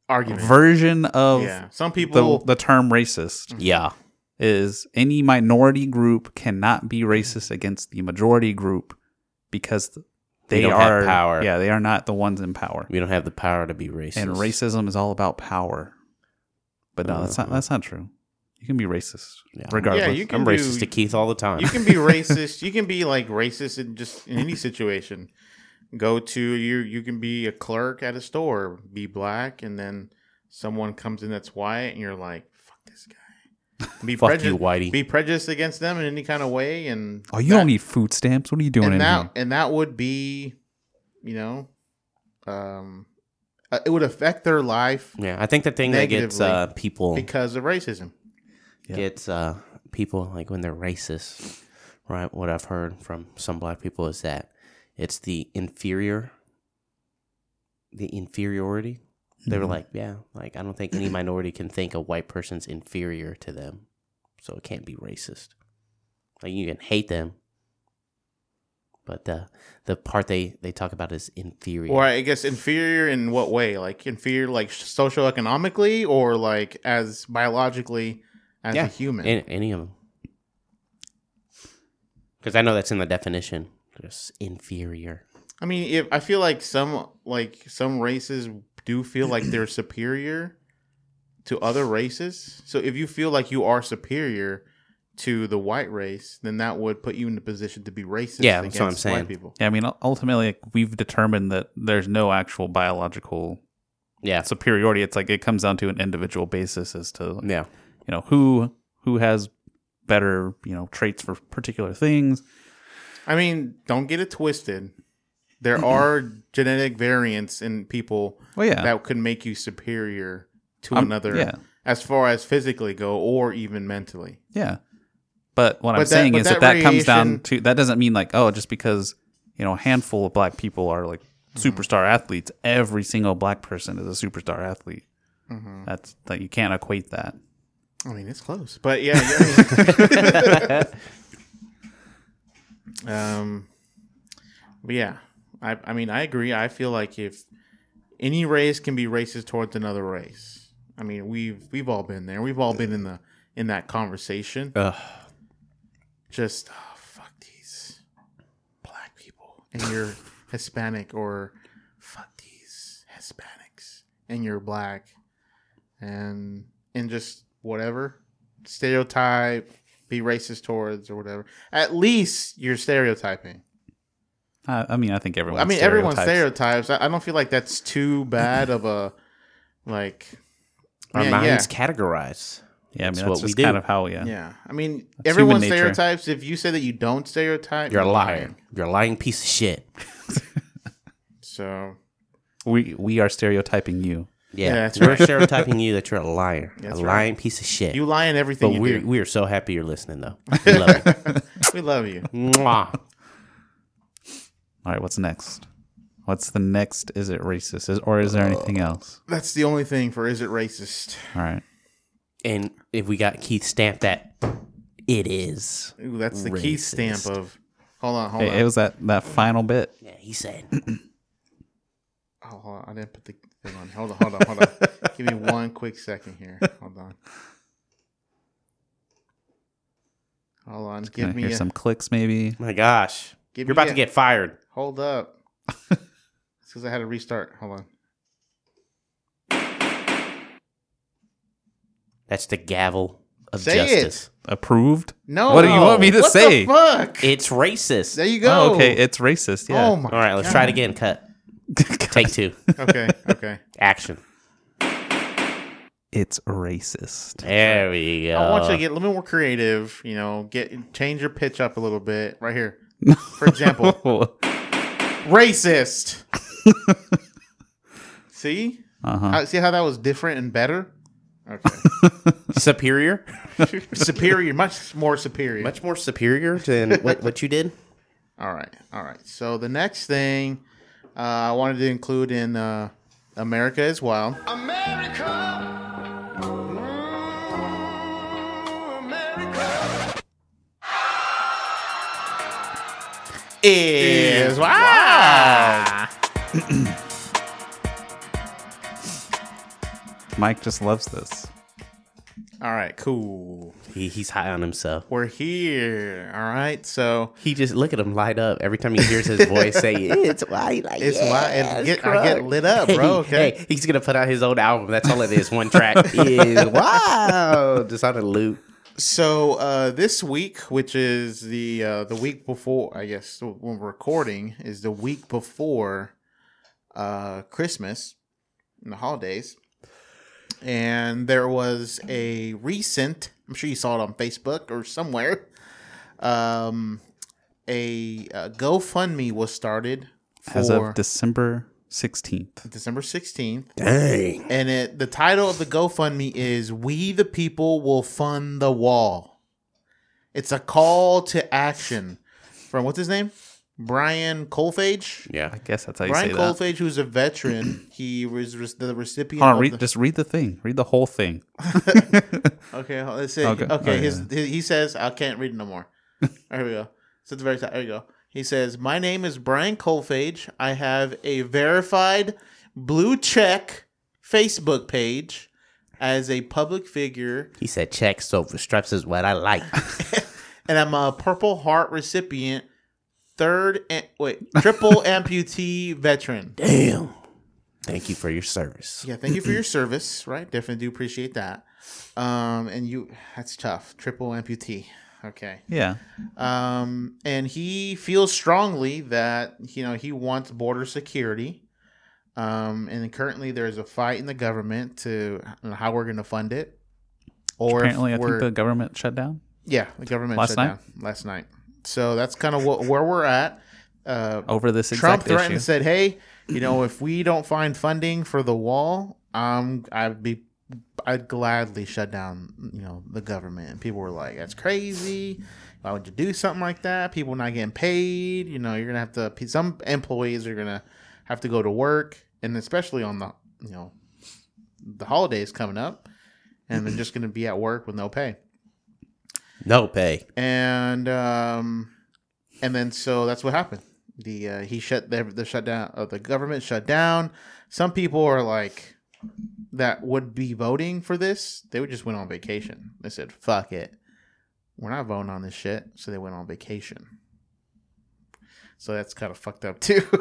S4: Argument.
S1: version of
S4: yeah. Some
S1: the,
S4: people.
S1: the term racist
S3: Yeah.
S1: is any minority group cannot be racist against the majority group because they,
S3: don't have
S1: are
S3: power.
S1: Yeah, they are not the ones in power.
S3: We don't have the power to be racist.
S1: And racism is all about power. But no, that's not that's not true. You can be racist
S3: Uh-huh. Yeah.
S1: regardless.
S4: Yeah, you can
S3: I'm
S4: do-
S3: racist to Keith all the time.
S4: you can be racist. You can be like racist in just in any situation. Go to you. You can be a clerk at a store, be black, and then someone comes in that's white, and you're like, "Fuck this guy." Be
S3: Fuck
S4: prejudice-
S3: you, whitey.
S4: Be prejudiced against them in any kind of way, and
S1: oh, you
S4: that-
S1: don't need food stamps. What are you doing in
S4: and
S1: here?
S4: that and that would be, you know, um, uh, it would affect their life
S3: yeah, I think the thing that gets uh,
S4: Negatively.
S3: people
S4: because of racism.
S1: Yeah.
S3: gets uh, people like when they're racist, right? What I've heard from some black people is that it's the inferior, the inferiority. They were
S1: Mhm.
S3: like, yeah, like I don't think any minority can think a white person's inferior to them, so it can't be racist. Like you can hate them, but the the part they they talk about is inferior.
S4: Or I guess inferior in what way? Like inferior, like socioeconomically, or like as biologically as
S3: Yeah.
S4: a human.
S3: Any, any of them. Because I know that's in the definition. Just inferior.
S4: I mean, if I feel like some like some races do feel like they're superior to other races. So if you feel like you are superior to the white race, then that would put you in the position to be racist.
S3: Yeah, that's what I'm
S4: against
S3: saying.
S4: White people.
S1: Yeah, I mean, ul- ultimately, like, we've determined that there's no actual biological
S3: Yeah.
S1: superiority. It's like it comes down to an individual basis as to like,
S3: Yeah.
S1: you know who who has better you know traits for particular things.
S4: I mean, don't get it twisted. There are genetic variants in people
S1: Well, Oh, yeah.
S4: that could make you superior to
S1: Um,
S4: another
S1: yeah.
S4: as far as physically go or even mentally.
S1: Yeah, but what I'm
S4: But that-
S1: saying
S4: but
S1: is that
S4: that
S1: that comes down
S4: variation-
S1: to that doesn't mean like oh just because you know a handful of black people are like
S4: Mm-hmm.
S1: superstar athletes, every single black person is a superstar athlete.
S4: Mm-hmm.
S1: That's like you can't equate that.
S4: I mean, it's close, but yeah. yeah, I mean- um, but yeah, I I mean I agree. I feel like if any race can be racist towards another race, I mean we've we've all been there. We've all been in the in that conversation.
S3: Ugh.
S4: Just oh, fuck these black people and you're Hispanic or fuck these Hispanics and you're black and and just whatever stereotype be racist towards or whatever at least you're stereotyping
S1: I, I mean, I think everyone.
S4: i mean everyone
S1: stereotypes.
S4: stereotypes I, I don't feel like that's too bad of a like
S3: Our
S4: Yeah,
S3: minds
S4: yeah.
S3: categorize.
S1: Yeah, I mean
S3: That's
S1: that's,
S3: what we
S1: just
S3: do.
S1: kind of how yeah.
S4: yeah i mean
S1: That's
S4: everyone
S1: human nature.
S4: stereotypes if you say that you don't stereotype
S3: You're a liar. You're a lying piece of shit.
S4: so
S1: We we are stereotyping you.
S3: Yeah.
S4: that's
S3: we're
S4: right.
S3: stereotyping you that you're a liar.
S4: That's
S3: a
S4: right.
S3: lying piece of shit.
S4: you lie in everything
S3: but
S4: you
S3: we're,
S4: do.
S3: we are so happy you're listening, though. We love you.
S4: we love you
S3: Mwah.
S1: All right, what's next? What's the next? Is it racist? Is, or is there anything
S4: Uh,
S1: else?
S4: That's the only thing for is it racist?
S1: All right.
S3: And if we got Keith stamp that, it is.
S4: Ooh, that's the key stamp
S3: Racist.
S4: of. Hold on, hold
S1: It,
S4: on.
S1: it was that, that final bit.
S3: Yeah, he said.
S4: oh, hold on. I didn't put the thing on. Hold on, hold on, hold on. Give me one quick second here. Hold on. Hold on.
S1: Gonna
S4: Give me
S1: hear
S4: a,
S1: some clicks, maybe.
S3: My gosh,
S4: Give
S3: you're about
S4: me
S3: to
S4: a-
S3: get fired.
S4: Hold up. It's because I had to restart. Hold on.
S3: That's the gavel of
S4: Say it.
S3: justice.
S1: Approved?
S4: No.
S1: What do you want me to
S4: What the
S1: say?
S4: fuck.
S3: It's racist.
S4: there you go.
S1: Oh, okay. It's racist. Yeah.
S4: Oh my.
S3: All right, let's try it again. Cut. Take two.
S4: Okay. Okay.
S3: Action.
S1: It's racist.
S3: There we go.
S4: I want
S1: Uh.
S4: you to get a little more creative. You know, get change your pitch up a little bit. Right here. For example,
S1: uh
S4: racist. see,
S1: huh.
S4: How- see how that was different and better. Okay.
S3: superior.
S4: superior, much more superior.
S3: Much more superior than what, what you did.
S4: All right, all right. So the next thing uh, I wanted to include in uh, America as well. Is wow.
S1: Mike just loves this.
S4: All right, cool.
S3: He, he's high on himself.
S4: We're here. All right, so
S3: He just look at him light up every time he hears his voice say it's why like
S4: it's
S3: yeah,
S4: why it get, I get lit up, bro. Okay.
S3: Hey, he's gonna put out his own album. That's all it is. One track. is wow. Just on a loop.
S4: So uh, this week, which is the uh, the week before, I guess when we're recording, is the week before uh, Christmas and the holidays. And there was a recent. I'm sure you saw it on Facebook or somewhere. Um, a, uh GoFundMe was started for
S1: As of December 16th.
S4: December 16th,
S3: Dang.
S4: and it the title of the GoFundMe is "We the People Will Fund the Wall." It's a call to action from what's his name, Brian Colfage.
S3: Yeah.
S1: I guess that's how you
S4: Brian
S1: say that.
S4: Colfage, who's a veteran, he was res- the recipient.
S1: Hold on,
S4: of
S1: read,
S4: the-
S1: just read the thing. Read the whole thing.
S4: Okay, hold- let's see.
S1: Okay.
S4: Okay,
S1: Oh,
S4: his, his- he says I can't read no more. there we go. So at the very top, there you go. He says, "My name is Brian Colfage. I have a verified blue check Facebook page as a public figure,
S3: He said checks over straps is what I like.
S4: and I'm a Purple Heart recipient, third and wait triple amputee veteran.
S3: Damn. Thank you for your service.
S4: Yeah, thank you for your service. Right, definitely do appreciate that. Um, and you—that's tough. Triple amputee. Okay.
S1: Yeah.
S4: um, and he feels strongly that you know he wants border security. Um, and currently, there's a fight in the government to how we're going to fund it. Or if
S1: Apparently, I
S4: we're-
S1: think the government shut down.
S4: yeah, the government
S1: Last
S4: shut
S1: night?
S4: down last night. So that's kind of what, where we're at. Uh,
S1: over this exact
S4: Trump threatened
S1: issue.
S4: and said, "Hey, you know, if we don't find funding for the wall, um, I'd be, I'd gladly shut down, you know, the government." And people were like, "That's crazy. Why would you do something like that? People not getting paid. You know, you're gonna have to. Some employees are gonna have to go to work, and especially on the, you know, the holidays coming up, and they're just gonna be at work with no pay."
S3: No pay.
S4: and um, and then so that's what happened. The uh, he shut the the shutdown of the government shut down. Some people are like that would be voting for this. They would just went on vacation. They said, "Fuck it, we're not voting on this shit." So they went on vacation. So that's kind of fucked up too.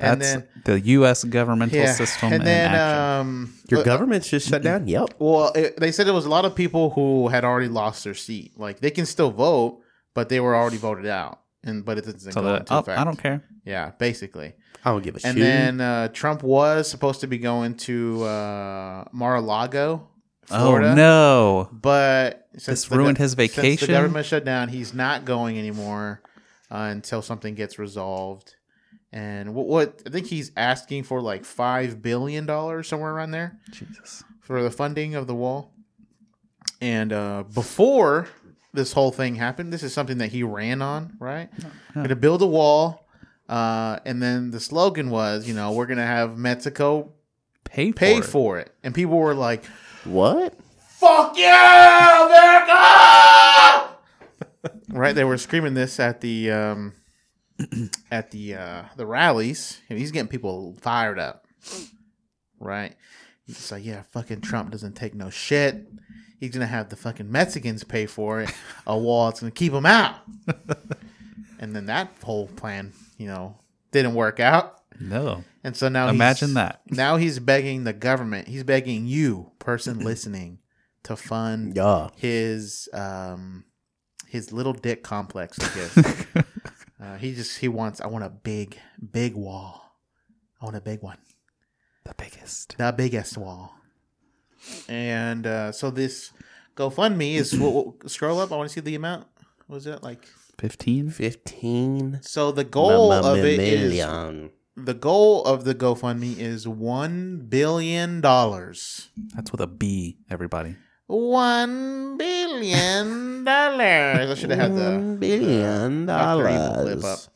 S4: and
S1: That's
S4: then
S1: the U.S. governmental
S4: yeah,
S1: system
S4: and then
S1: in action.
S4: um,
S3: Your government's just shut down. Yep.
S4: well, it, they said it was a lot of people who had already lost their seat. Like they can still vote, but they were already voted out. And but it doesn't
S1: so
S4: go
S1: the,
S4: into
S1: oh,
S4: effect.
S1: I don't care.
S4: Yeah, basically.
S3: I don't give a
S4: And
S3: shit.
S4: then uh, Trump was supposed to be going to uh, Mar-a-Lago,
S1: Oh
S4: Florida.
S1: no!
S4: But since
S1: This
S4: the gov-
S1: ruined his
S4: since
S1: vacation?
S4: the government shut down. He's not going anymore uh, until something gets resolved. And what, what I think he's asking for like five billion dollars somewhere around there
S1: Jesus.
S4: for the funding of the wall. And uh, before this whole thing happened, this is something that he ran on, right? Going to build a wall. Uh, and then the slogan was, you know, we're gonna have Mexico
S1: Pay for
S4: pay
S1: it.
S4: for it, and people were like,
S3: What?
S4: "Fuck yeah, America!" right? They were screaming this at the um, at the uh, the rallies, and he's getting people fired up, right? It's like, yeah, fucking Trump doesn't take no shit. He's gonna have the fucking Mexicans pay for it. A wall that's gonna keep them out. and then that whole plan, you know, didn't work out.
S1: No.
S4: And so now he's-
S1: Imagine that.
S4: Now he's begging the government. He's begging you, person listening, to fund
S3: Yeah.
S4: his um his little dick complex. I guess uh, he just he wants. I want a big, big wall. I want a big one,
S1: The biggest.
S4: the biggest wall. And uh, so this GoFundMe is. what, what- scroll up. I want to see the amount. What was it like?
S1: 15?
S3: 15
S4: So the goal
S3: Mamma
S4: of it is
S3: million.
S4: the goal of the GoFundMe is one billion dollars.
S1: That's with a B, everybody.
S4: One billion dollars. I should have had the
S3: One billion
S4: the Dr. Evil clip up.
S3: dollars.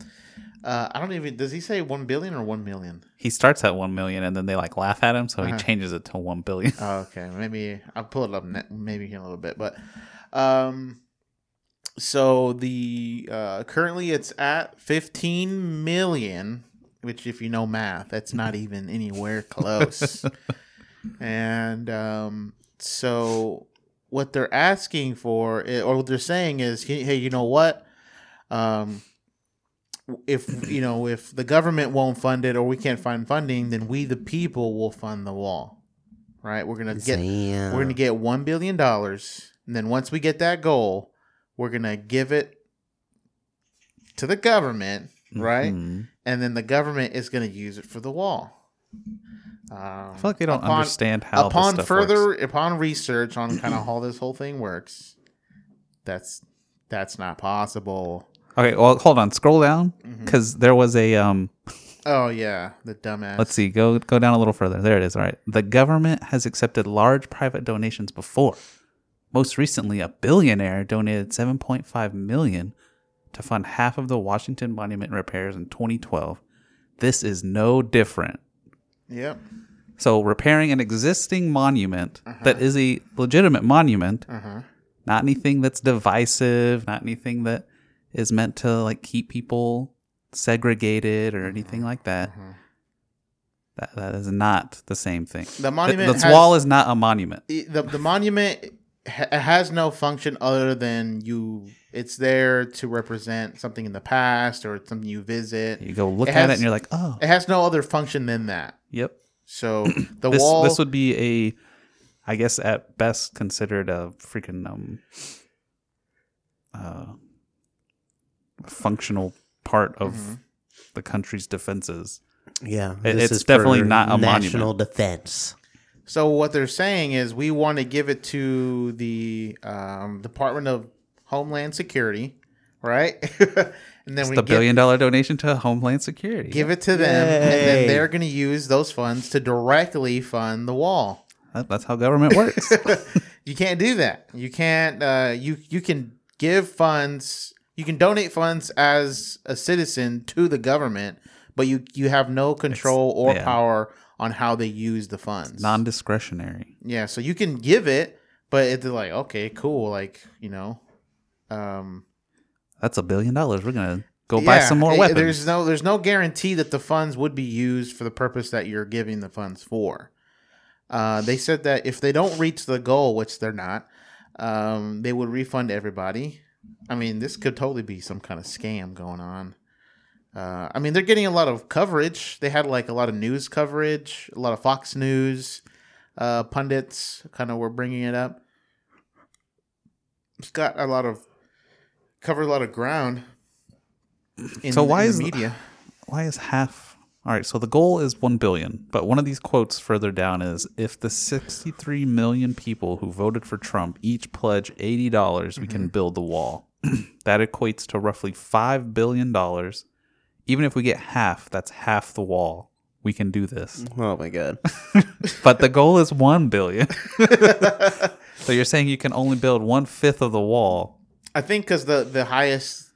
S4: Uh, I don't even. Does he say one billion or one million?
S1: He starts at 1 million and then they like laugh at him, so
S4: Uh-huh.
S1: he changes it to 1 billion.
S4: Oh, okay, maybe I'll pull it up ne- maybe here in a little bit. But um, so the uh, currently it's at fifteen million, which if you know math, that's not even anywhere close. and um, so what they're asking for, i- or what they're saying is, hey, hey, you know what? Um, if you know if the government won't fund it or we can't find funding, then we the people will fund the wall. Right? We're gonna get
S3: Damn.
S4: we're gonna get one billion dollars, and then once we get that goal, we're gonna give it to the government, right?
S1: Mhm.
S4: And then the government is gonna use it for the wall. Um,
S1: I feel like they don't
S4: upon-
S1: understand how
S4: upon
S1: this stuff
S4: further
S1: works.
S4: upon research on kind of how this whole thing works, that's that's not possible.
S1: Okay, well, hold on. Scroll down
S4: Mm-hmm.
S1: because there was a um.
S4: Oh yeah, the dumbass.
S1: Let's see. Go go down a little further. There it is. All right. The government has accepted large private donations before. Most recently, a billionaire donated 7.5 million to fund half of the Washington Monument repairs in 2012. This is no different.
S4: Yep.
S1: So, repairing an existing monument
S4: Uh-huh.
S1: that is a legitimate monument, not anything that's divisive, not anything that is meant to like keep people segregated or anything
S4: Uh-huh.
S1: like that. That that is not the same thing. Th-
S4: monument
S1: this
S4: has-
S1: wall is not a monument.
S4: it- the the monument ha- has no function other than you. It's there to represent something in the past or something you visit.
S1: You go look
S4: It
S1: at it
S4: has-
S1: and you're like, oh,
S4: It has no other function than that.
S1: yep.
S4: So the
S1: This
S4: wall.
S1: this would be a, I guess at best considered a freaking um, uh, functional part of
S4: Mm-hmm.
S1: the country's defenses.
S3: yeah.
S1: It-
S3: this
S1: it's
S3: for
S1: definitely not a
S3: national
S1: monument.
S3: defense.
S4: so what they're saying is we want to give it to the um, Department of Homeland Security, right? and then we
S1: the
S4: give,
S1: billion dollar donation to Homeland Security.
S4: give it to them, and then
S3: Yay.
S4: they're going to use those funds to directly fund the wall.
S1: That- That's how government works.
S4: You can't do that. You can't. Uh, you you can give funds. You can donate funds as a citizen to the government, but you you have no control or
S1: yeah.
S4: power on how they use the funds.
S1: non discretionary.
S4: yeah, so you can give it, but it's like okay, cool, like you know, um,
S1: That's a billion dollars. We're gonna go buy
S4: yeah,
S1: some more
S4: it-
S1: weapons.
S4: There's no there's no guarantee that the funds would be used for the purpose that you're giving the funds for. Uh, they said that if they don't reach the goal, which they're not, um, they would refund everybody. I mean, this could totally be some kind of scam going on. Uh, I mean, they're getting a lot of coverage. They had like a lot of news coverage, a lot of Fox News uh, pundits kind of were bringing it up. It's got a lot of covered a lot of ground. In,
S1: So why
S4: in
S1: is-
S4: the media?
S1: Why is half? All right, so the goal is 1 billion, but one of these quotes further down is if the 63 million people who voted for Trump each pledge $80, dollars we can build the wall. that equates to roughly $5 billion. Even if we get half, that's half the wall. We can do this.
S3: Oh my god.
S1: But the goal is 1 billion. so you're saying you can only build one fifth of the wall.
S4: I think because the the highest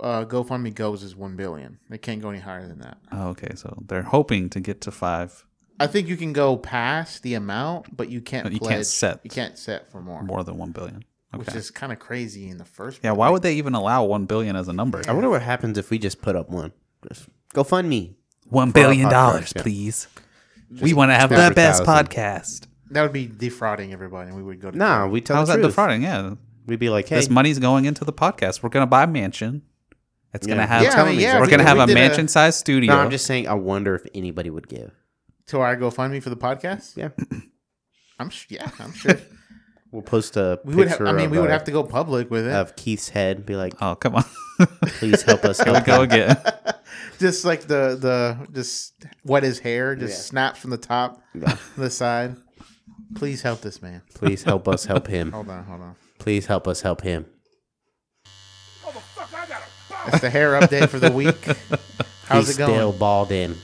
S4: uh, GoFundMe goes is one billion. It can't go any higher than that.
S1: Oh, okay, so they're hoping to get to five
S4: I think you can go past the amount, but you can't.
S1: But you
S4: pledge,
S1: can't set.
S4: You can't set for more,
S1: more than one billion. Okay.
S4: which is kind of crazy in the first.
S1: yeah,
S4: place.
S1: why would they even allow one billion as a number?
S3: I wonder what happens if we just put up one. Just go fund me.
S1: One
S3: podcast, yeah.
S1: please. we want to have
S3: the best 100,000.
S1: podcast.
S4: That would be defrauding everybody, and we would go. to
S3: Nah,
S4: jail.
S3: we tell
S1: How's
S3: the
S1: that
S3: truth.
S1: defrauding? Yeah,
S3: We'd be like, hey,
S1: this money's going into the podcast. We're gonna buy a mansion. It's
S3: Yeah.
S1: gonna have.
S4: Yeah, I mean, yeah,
S1: we're
S4: we-
S1: gonna
S4: we
S1: have a
S4: did a-
S1: mansion-sized studio.
S3: no, I'm just saying. I wonder if anybody would give.
S4: to our GoFundMe for the podcast.
S3: Yeah,
S4: I'm sh- yeah, I'm sure
S3: we'll post a
S4: we
S3: picture.
S4: would. Have, I mean,
S3: of,
S4: we would
S3: uh,
S4: have to go public with it,
S3: of Keith's head. Be like,
S1: oh come on,
S3: please help us.
S1: here we
S3: help
S1: go
S3: him."
S1: again.
S4: just like the the just wet his hair, just
S3: Yeah.
S4: snaps from the top,
S3: Yeah.
S4: the side. Please help this man.
S3: Please help us help him.
S4: Hold on, hold on.
S3: Please help us help him.
S5: Motherfucker, I got a bomb.
S4: That's the hair update for the week. How's
S3: He's
S4: it going?
S3: still bald in.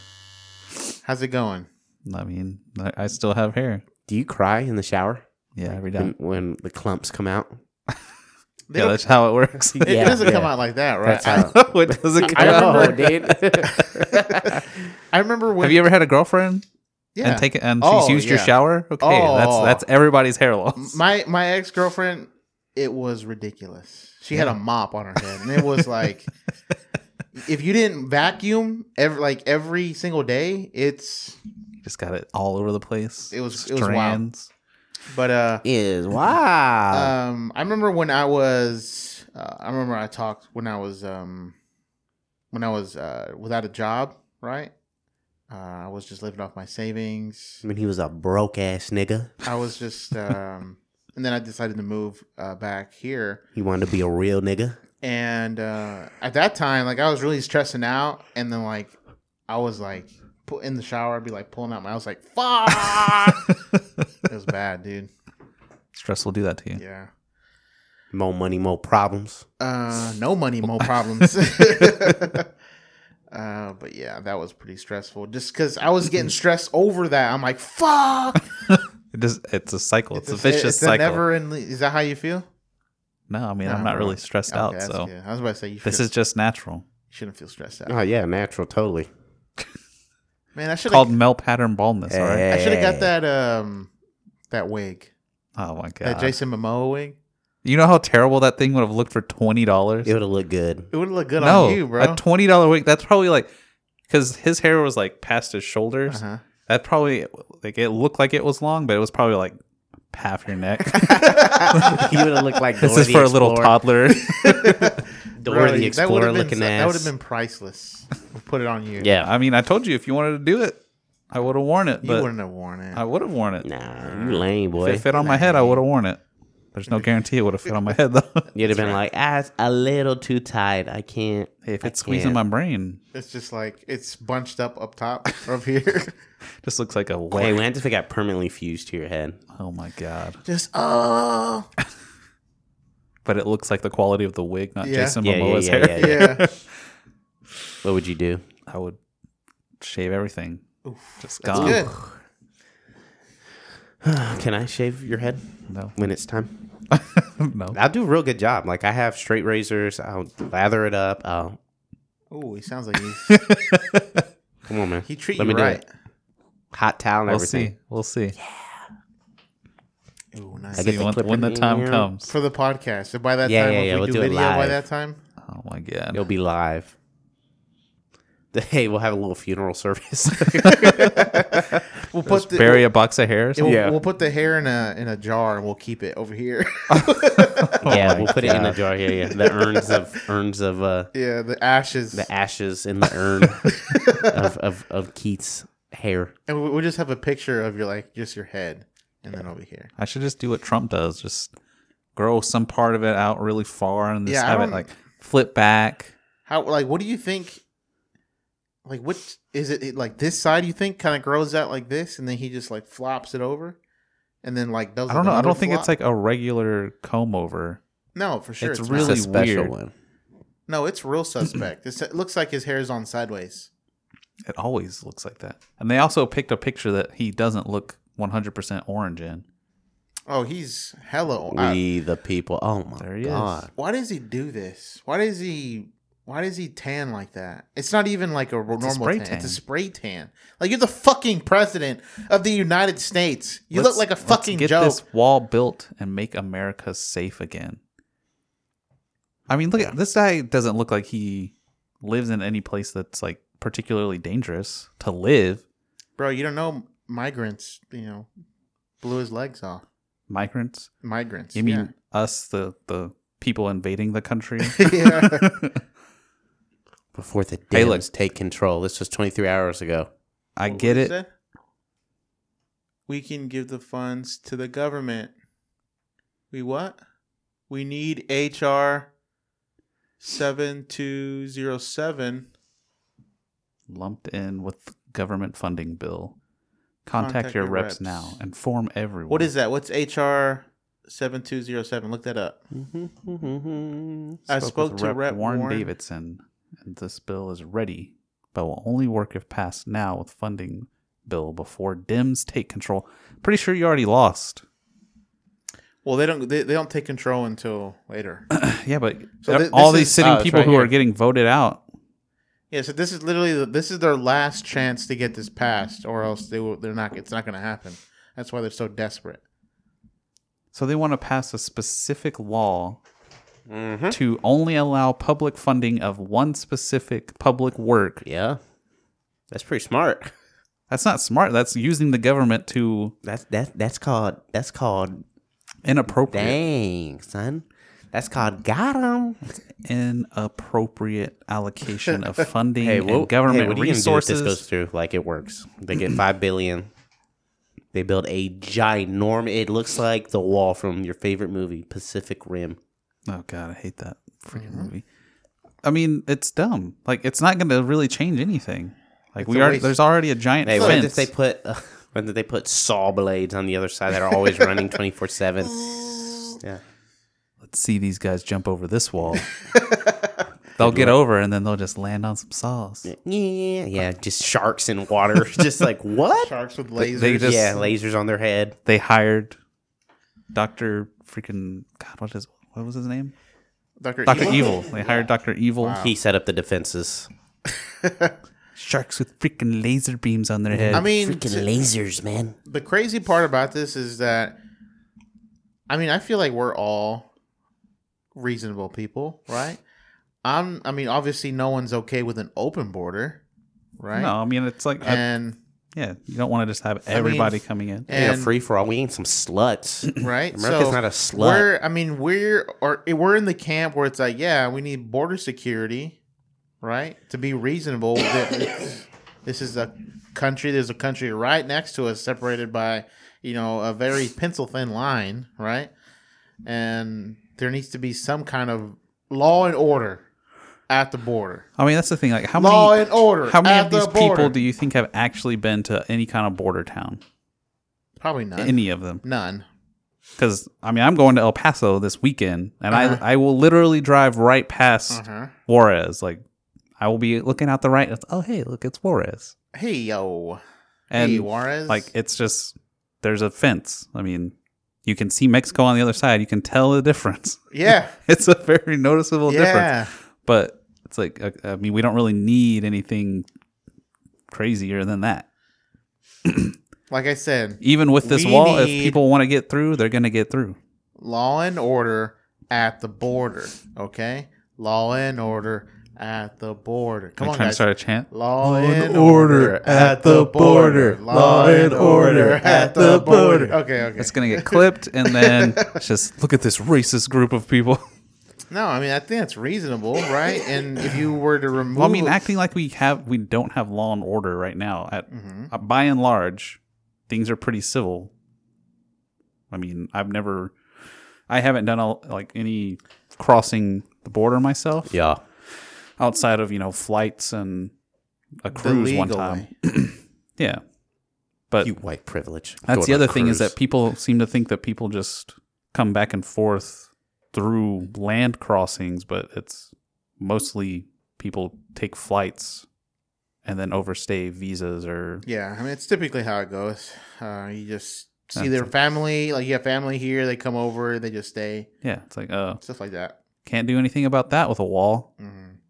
S4: How's it going?
S1: I mean, I- I still have hair.
S3: Do you cry in the shower
S1: Yeah, every
S3: when,
S1: day.
S3: when the clumps come out?
S4: They
S1: Yeah,
S4: don't-
S1: that's how it works.
S4: it, it
S3: yeah,
S4: doesn't come
S3: yeah.
S4: out like that, right?
S3: That's how.
S1: it doesn't
S4: I
S1: come out.
S4: remember-
S3: Oh, dude.
S4: I remember when
S1: Have you ever had a girlfriend
S4: yeah.
S1: and take and
S4: Oh,
S1: she's used your
S4: yeah.
S1: shower? Okay,
S4: Oh.
S1: that's that's everybody's hair loss.
S4: my my ex girlfriend, it was ridiculous. She had a mop on her head, and it was like, if you didn't vacuum every like every single day, it's
S1: You just got it all over the place.
S4: It was- it was wild. but uh.
S3: Is wow.
S4: Um, I remember when I was, uh, I remember I talked when I was, um, when I was uh, without a job, right? Uh, I was just living off my savings.
S3: I mean, he was a broke ass nigga.
S4: I was just, um, and then I decided to move uh, back here.
S3: He wanted to be a real nigga.
S4: and uh, at that time, like I was really stressing out, and then like I was like put in the shower, I'd be like pulling out my, I was like, fuck, it was bad, dude.
S1: Stress will do that to you.
S4: Yeah,
S3: More money, more problems.
S4: uh, no money, more problems. Uh, but yeah, that was pretty stressful. Just because I was getting stressed over that, I'm like, "Fuck!"
S1: It just it's a cycle. It's, a
S4: it's
S1: vicious cycle.
S4: never ending. Is that how you feel?
S1: no, I mean
S4: No,
S1: I'm not
S4: no.
S1: really stressed
S4: Okay,
S1: out,
S4: that's
S1: so
S4: good. I was about to say you
S1: this
S4: shouldn't-
S1: is just natural.
S4: shouldn't feel stressed
S3: Oh
S4: out.
S3: yeah, natural, totally.
S4: Man, I should
S1: Called
S4: have.
S1: male pattern baldness. All right.
S4: I should have got that um that wig,
S1: Oh my
S4: that
S1: god.
S4: Jason Momoa wig.
S1: you know how terrible that thing would have looked for twenty dollars.
S3: It would have looked good.
S4: It would look good
S1: No,
S4: on you, bro.
S1: a twenty dollar wig. That's probably like because his hair was like past his shoulders.
S4: Uh-huh.
S1: That probably like it looked like it was long, but it was probably like half your neck.
S3: he would have looked like
S1: this
S3: Dora
S1: is
S3: the
S1: for a little toddler.
S3: Explorer. Dora
S4: Bro,
S3: the
S4: that would've
S3: Explorer
S4: been-
S3: looking
S4: That would have
S3: ass.
S4: been priceless. We'll put it on you.
S3: yeah.
S1: I mean, I told you if you wanted to do it, I would have worn it,
S4: you
S1: but
S4: wouldn't have worn it.
S1: I would have worn it.
S3: Nah, you lame
S1: If
S3: boy.
S1: it fit on my head, I would have worn it. There's no guarantee it would have fit on my head though.
S3: You'd have been like, ah, it's a little too tight. I can't.
S1: Hey, if
S3: I
S1: it's squeezing my
S3: can't."
S1: brain,
S4: It's just like it's bunched up up top of here.
S1: just looks like a
S3: Hey,
S1: wet.
S3: when if it got permanently fused to your head?
S1: Oh my god!
S4: just oh
S1: But it looks like the quality of the wig, not
S4: Yeah.
S1: Jason
S3: Yeah, yeah,
S1: Momoa's
S3: yeah,
S1: hair.
S3: yeah.
S4: yeah.
S3: What would you do?
S1: I would shave everything. Just
S4: That's
S1: gone.
S4: good.
S3: Can I shave your head
S1: No,
S3: when it's time?
S1: no.
S3: I'll do a real good job. Like I have straight razors. I'll lather it up. I'll
S4: Oh, he sounds like he's,
S3: come on, man.
S4: he treat
S3: Let
S4: you
S3: me do
S4: right.
S3: it. Hot towel and
S1: We'll
S3: everything.
S1: see. We'll see.
S4: Ooh, nice.
S3: I
S1: See
S3: get the
S1: when,
S3: clipper
S1: when the
S3: in
S1: time
S3: here.
S1: comes.
S4: For the podcast, so by that
S3: Yeah,
S4: time,
S3: yeah,
S4: if
S3: yeah,
S4: we
S3: we'll
S4: do,
S3: do it
S4: video by
S3: live.
S4: that time,
S1: Oh my god!
S3: It'll be live. Hey, we'll have a little funeral service.
S4: we'll put the,
S1: Bury a box of hair. Or
S4: we'll,
S1: something?
S4: we'll put the hair in a in a jar and we'll keep it over here.
S3: yeah, we'll put it in the jar. Yeah, yeah. The urns of urns of uh
S4: yeah, the ashes.
S3: the ashes in the urn of, of of Keith's hair.
S4: and we- we'll just have a picture of your like just your head, and then over here.
S1: I should just do what Trump does. Just grow some part of it out really far and just
S4: Yeah, I
S1: have it
S4: don't-
S1: like flip back.
S4: How like what do you think? Like what is it, it like this side? You think kind of grows out like this, and then he just like flops it over, and then like does.
S1: I don't know. I
S4: another
S1: don't think it's
S4: flop?
S1: like a regular comb over.
S4: no for sure.
S1: it's
S4: It's,
S1: real-
S4: not.
S1: Really weird.
S3: one.
S4: no, it's real suspect. It's, it looks like his hair is on sideways.
S1: It always looks like that. And they also picked a picture that he doesn't look 100% orange in.
S4: Oh, he's hello.
S3: We the people. Oh my
S1: There he is.
S3: god.
S4: why does he do this? Why does he Why does he tan like that? It's not even like a normal
S1: spray
S4: tan. It's a
S1: tan.
S4: spray tan. Like you're the fucking president of the United States. You
S1: Let's-
S4: look like a
S1: let's
S4: fucking
S1: get
S4: joke.
S1: this wall built and make America safe again. I mean, look at this guy doesn't look like he lives in any place that's like particularly dangerous to live.
S4: Bro, you don't know migrants, you know, blew his legs off.
S1: Migrants.
S4: Migrants.
S1: You mean us, the the people invading the country?
S4: yeah. yeah.
S3: Before the
S1: Hey,
S3: Dems
S1: look.
S3: take control. This was 23 hours ago.
S1: I
S4: What
S1: get
S4: was
S1: it.
S4: that? We can give the funds to the government. We what? We need HR 7207.
S1: Lumped in with government funding bill. Contact,
S4: Contact
S1: your
S4: your
S1: reps,
S4: reps.
S1: now. Inform everyone.
S4: What is that? What's HR 7207? Look that up. I spoke
S1: with
S4: to Rep.
S1: Warren,
S4: Warren.
S1: Davidson, and this bill is ready, but will only work if passed now with funding bill before Dems take control. Pretty sure you already lost.
S4: Well, they don't they, they don't take control until later.
S1: yeah, but
S4: So thi-
S1: all
S4: this
S1: these
S4: is-
S1: sitting
S3: uh,
S4: oh, it's
S1: people
S4: right
S1: who are
S4: here.
S1: getting voted out.
S4: yeah, so this is literally the, this is their last chance to get this passed or else they will they're not it's not going to happen. That's why they're so desperate.
S1: So they want to pass a specific law
S3: Mm-hmm.
S1: to only allow public funding of one specific public work.
S3: Yeah. That's pretty smart.
S1: That's not smart. That's using the government to
S3: That's that's that's called that's called
S1: inappropriate
S3: dang, son. That's called got him.
S1: inappropriate allocation of funding
S3: Hey,
S1: and
S3: what,
S1: government
S3: hey, what are you gonna do if
S1: resources.
S3: this goes through? Like it works. They get five billion. They build a ginormous. It looks like the wall from your favorite movie, Pacific Rim.
S1: Oh god, I hate that freaking movie. I mean, it's dumb. Like it's not going to really change anything. Like we
S4: a
S1: are
S4: waste.
S1: there's already a giant
S3: Hey, when
S1: fence.
S3: did they put? Uh, when did they put saw blades on the other side that are always running twenty four seven? Yeah.
S1: Let's see these guys jump over this wall. they'll get over and then they'll just land on some saws.
S3: Yeah, yeah, just sharks in water. just like what?
S4: Sharks with lasers.
S1: They just
S3: yeah, lasers on their head.
S1: they hired Doctor freaking God. What is what was his name?
S4: Dr.
S1: Doctor Evil. They hired Doctor Evil.
S3: He set up the defenses.
S1: Sharks with freaking laser beams on their head.
S4: I mean,
S3: Freaking
S4: to-
S3: lasers, man.
S4: the crazy part about this is that I mean, I feel like we're all reasonable people, right? I'm I mean, obviously no one's okay with an open border, right?
S1: no, I mean it's like I-
S4: And
S1: yeah, you don't want to just have everybody coming in.
S3: Yeah,
S4: and
S3: free for all. We ain't some sluts.
S4: right?
S3: America's
S4: so
S3: not a slut.
S4: We're I mean, we're or we're in the camp where it's like, yeah, we need border security, right? To be reasonable that it's- this is a country, there's a country right next to us separated by, you know, a very pencil thin line, right? And there needs to be some kind of law and order at the border.
S1: I mean that's the thing. Like how
S4: Law
S1: many
S4: and order
S1: How many
S4: at
S1: of
S4: the
S1: these
S4: border.
S1: people do you think have actually been to any kind of border town?
S4: Probably none.
S1: Any of them?
S4: none.
S1: Because I mean, I'm going to El Paso this weekend, and
S4: Uh-huh.
S1: I I will literally drive right past Juarez. Like I will be looking out the right. It's, oh hey, look, it's Juarez,
S4: Hey yo.
S1: and
S4: hey Juarez.
S1: like it's just there's a fence. I mean, you can see Mexico on the other side. You can tell the difference.
S4: Yeah.
S1: It's a very noticeable difference.
S4: Yeah.
S1: But it's like uh, I mean, we don't really need anything crazier than that.
S4: Like I said,
S1: even with this
S4: We
S1: wall, if
S4: need-
S1: people want to get through, they're going to get through.
S4: law and order at the border. Okay, law and order at the border. Come
S1: They're
S4: on,
S1: trying
S4: guys.
S1: to start a chant.
S4: Law and order at the border. Law and order at the border. Okay, okay.
S1: It's going to get clipped, and then it's just look at this racist group of people.
S4: No, I mean I think that's reasonable, right? And if you were to remove,
S1: Well, I mean, acting like we have we don't have law and order right now. At
S4: Mm-hmm.
S1: uh, by and large, things are pretty civil. I mean, I've never, I haven't done a, like any crossing the border myself
S3: Yeah.
S1: outside of you know flights and a
S4: the
S1: cruise one
S4: legal
S1: time.
S4: way.
S1: Yeah, but
S3: You white privilege.
S1: That's
S3: Going
S1: the
S3: on
S1: other thing is
S3: cruise.
S1: that people seem to think that people just come back and forth through land crossings, but it's mostly people take flights and then overstay visas or
S4: yeah, I mean it's typically how it goes. Uh, you just see their family, like you have family here, they come over, they just stay,
S1: yeah, it's like uh
S4: stuff like that. Mm-hmm.
S1: can't do anything about that with a wall.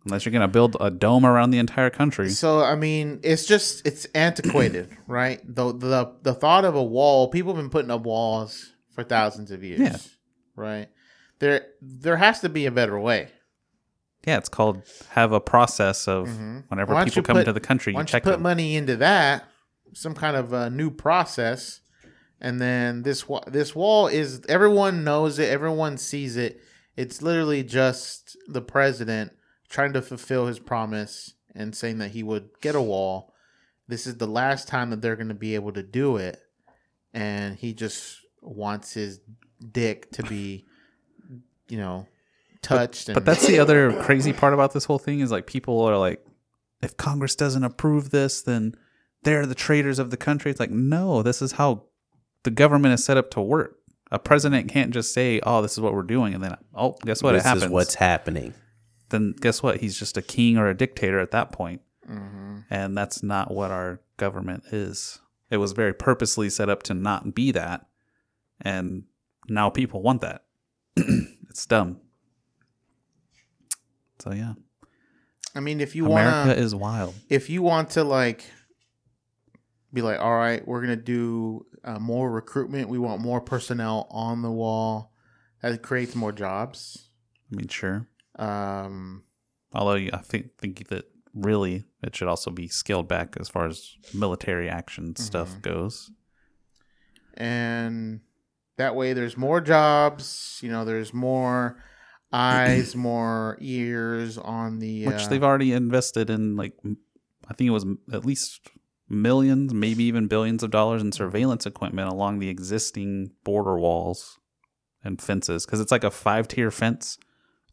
S1: Unless you're gonna build a dome around the entire country.
S4: So I mean, it's just it's antiquated, right? The the the thought of a wall, people have been putting up walls for thousands of years.
S1: Yeah.
S4: Right? There there has to be a better way.
S1: Yeah, it's called have a process of whenever
S4: Mm-hmm. Why don't
S1: people
S4: you
S1: come
S4: put-
S1: into the country, you
S4: Once you
S1: check
S4: put
S1: them.
S4: money into that, some kind of a new process, and then this wa- this wall is everyone knows it, everyone sees it. It's literally just the president trying to fulfill his promise and saying that he would get a wall. This is the last time that they're going to be able to do it, and he just wants his dick to be, you know, touched. and
S1: But that's the other crazy part about this whole thing is like people are like, if Congress doesn't approve this, then they're the traitors of the country. It's like, no, this is how the government is set up to work. A president can't just say, "Oh, this is what we're doing," and then, oh, guess what?
S3: this
S1: it happens.
S3: is what's happening.
S1: then guess what? He's just a king or a dictator at that point. And that's not what our government is. It was very purposely set up to not be that. And now people want that. it's dumb. So, yeah.
S4: I mean, if you want
S1: America is wild.
S4: if you want to like be like all right we're gonna do uh, more recruitment we want more personnel on the wall that creates more jobs
S1: I mean, sure.
S4: um
S1: Although you- I think, think that really it should also be scaled back as far as military action stuff goes.
S4: and that way there's more jobs you know there's more eyes more ears on the
S1: which
S4: uh,
S1: they've already invested in like m- i think it was m- at least millions maybe even billions of dollars in surveillance equipment along the existing border walls and fences because it's like a five tier fence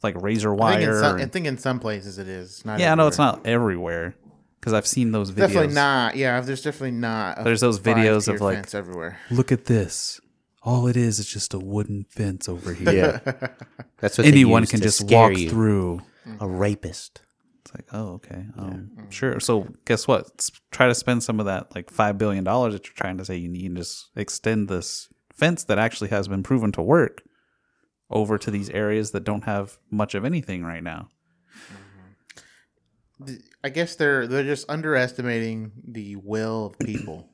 S1: like razor
S4: I think, in
S1: wire
S4: some,
S1: and-
S4: I think in some places it is not
S1: yeah i know it's
S4: everywhere.
S1: not everywhere because i've seen those videos
S4: definitely not yeah there's definitely not a
S1: There's those videos of,
S4: five-tier
S1: like-
S4: fence everywhere
S1: look at this all it is is just a wooden fence over here
S3: Yeah, that's what they
S1: anyone
S3: use
S1: can
S3: to
S1: just
S3: scare
S1: walk
S3: you.
S1: through
S3: A rapist.
S1: It's like, oh, okay, um, sure. So guess what? S- try to spend some of that like five billion dollars that you're trying to say you need, and just extend this fence that actually has been proven to work over to these areas that don't have much of anything right now.
S4: I guess they're they're just underestimating the will of people,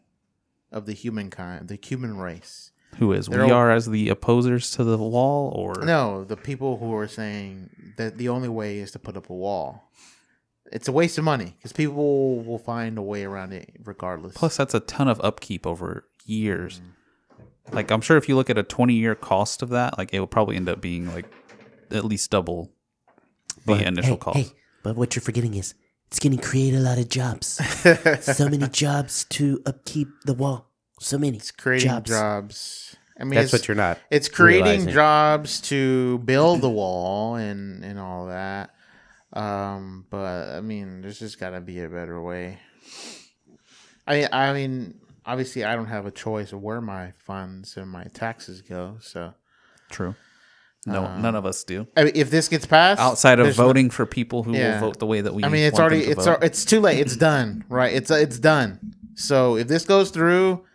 S4: of the humankind, the human race.
S1: Who is we
S4: They're all-
S1: are as the opposers to the wall, or
S4: No, the people who are saying that the only way is to put up a wall. It's a waste of money because people will find a way around it regardless.
S1: plus that's a ton of upkeep over years. Like I'm sure if you look at a 20 year cost of that, like it will probably end up being like at least double the initial
S3: hey,
S1: cost.
S3: Hey, but what you're forgetting is it's going to create a lot of jobs. so many jobs to upkeep the wall. So many.
S4: it's creating jobs. I mean,
S3: That's
S4: it's-
S3: what you're not.
S4: It's creating
S3: realizing.
S4: jobs to build the wall and and all that. Um, but I mean, there's just got to be a better way. I I mean, obviously, I don't have a choice of where my funds and my taxes go. So
S1: True. No, none of us do.
S4: I mean, if this gets passed,
S1: outside of
S4: there's no-
S1: voting for people who
S4: Yeah.
S1: will vote the way that we.
S4: I mean, it's
S1: want them
S4: already
S1: to
S4: it's
S1: vote.
S4: al- it's too late. It's done, right? It's it's done. So if this goes through,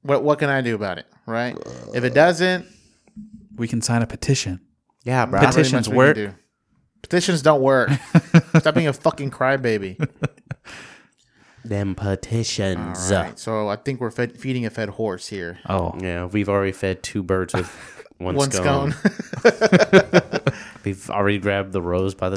S4: what what can I do about it, right? If it doesn't,
S1: we can sign a petition.
S3: Yeah, bro.
S1: Peti-
S4: Not really
S1: Petitions
S4: much we can
S1: work.
S4: do. Petitions don't work. Stop being a fucking crybaby.
S3: Them petitions.
S4: All right, so I think we're fed, feeding a fed horse here.
S1: Oh,
S3: Yeah, we've already fed two birds with one,
S4: One
S3: scone.
S4: scone.
S3: We've already grabbed the rose by the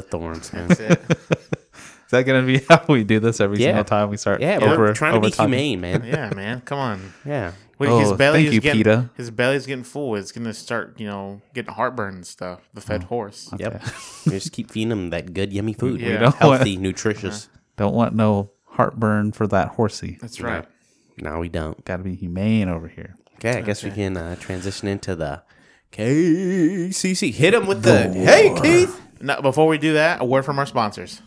S3: thorns, man.
S1: is that going to be how we do this every
S3: Yeah.
S1: single time we start?
S3: Yeah, but
S1: over,
S3: we're trying to
S1: over
S3: be
S1: talking?
S3: humane, man.
S4: yeah, man, come on.
S3: Yeah.
S4: Wait,
S1: Oh,
S4: his belly
S1: thank
S4: is
S1: you,
S4: getting
S1: PETA.
S4: his belly's getting full. It's gonna start, you know, getting heartburn and stuff. The fed
S1: Oh.
S4: horse.
S3: Yep. We just keep feeding them that good, yummy food.
S4: We
S1: don't
S3: Healthy, nutritious.
S1: Don't want no heartburn for that horsey.
S4: That's right.
S3: No, we don't.
S1: Got to be humane over here.
S3: Okay, I guess we can uh, transition into the KCC. Hit him with the, hey Keith.
S4: Now, before we do that, a word from our sponsors.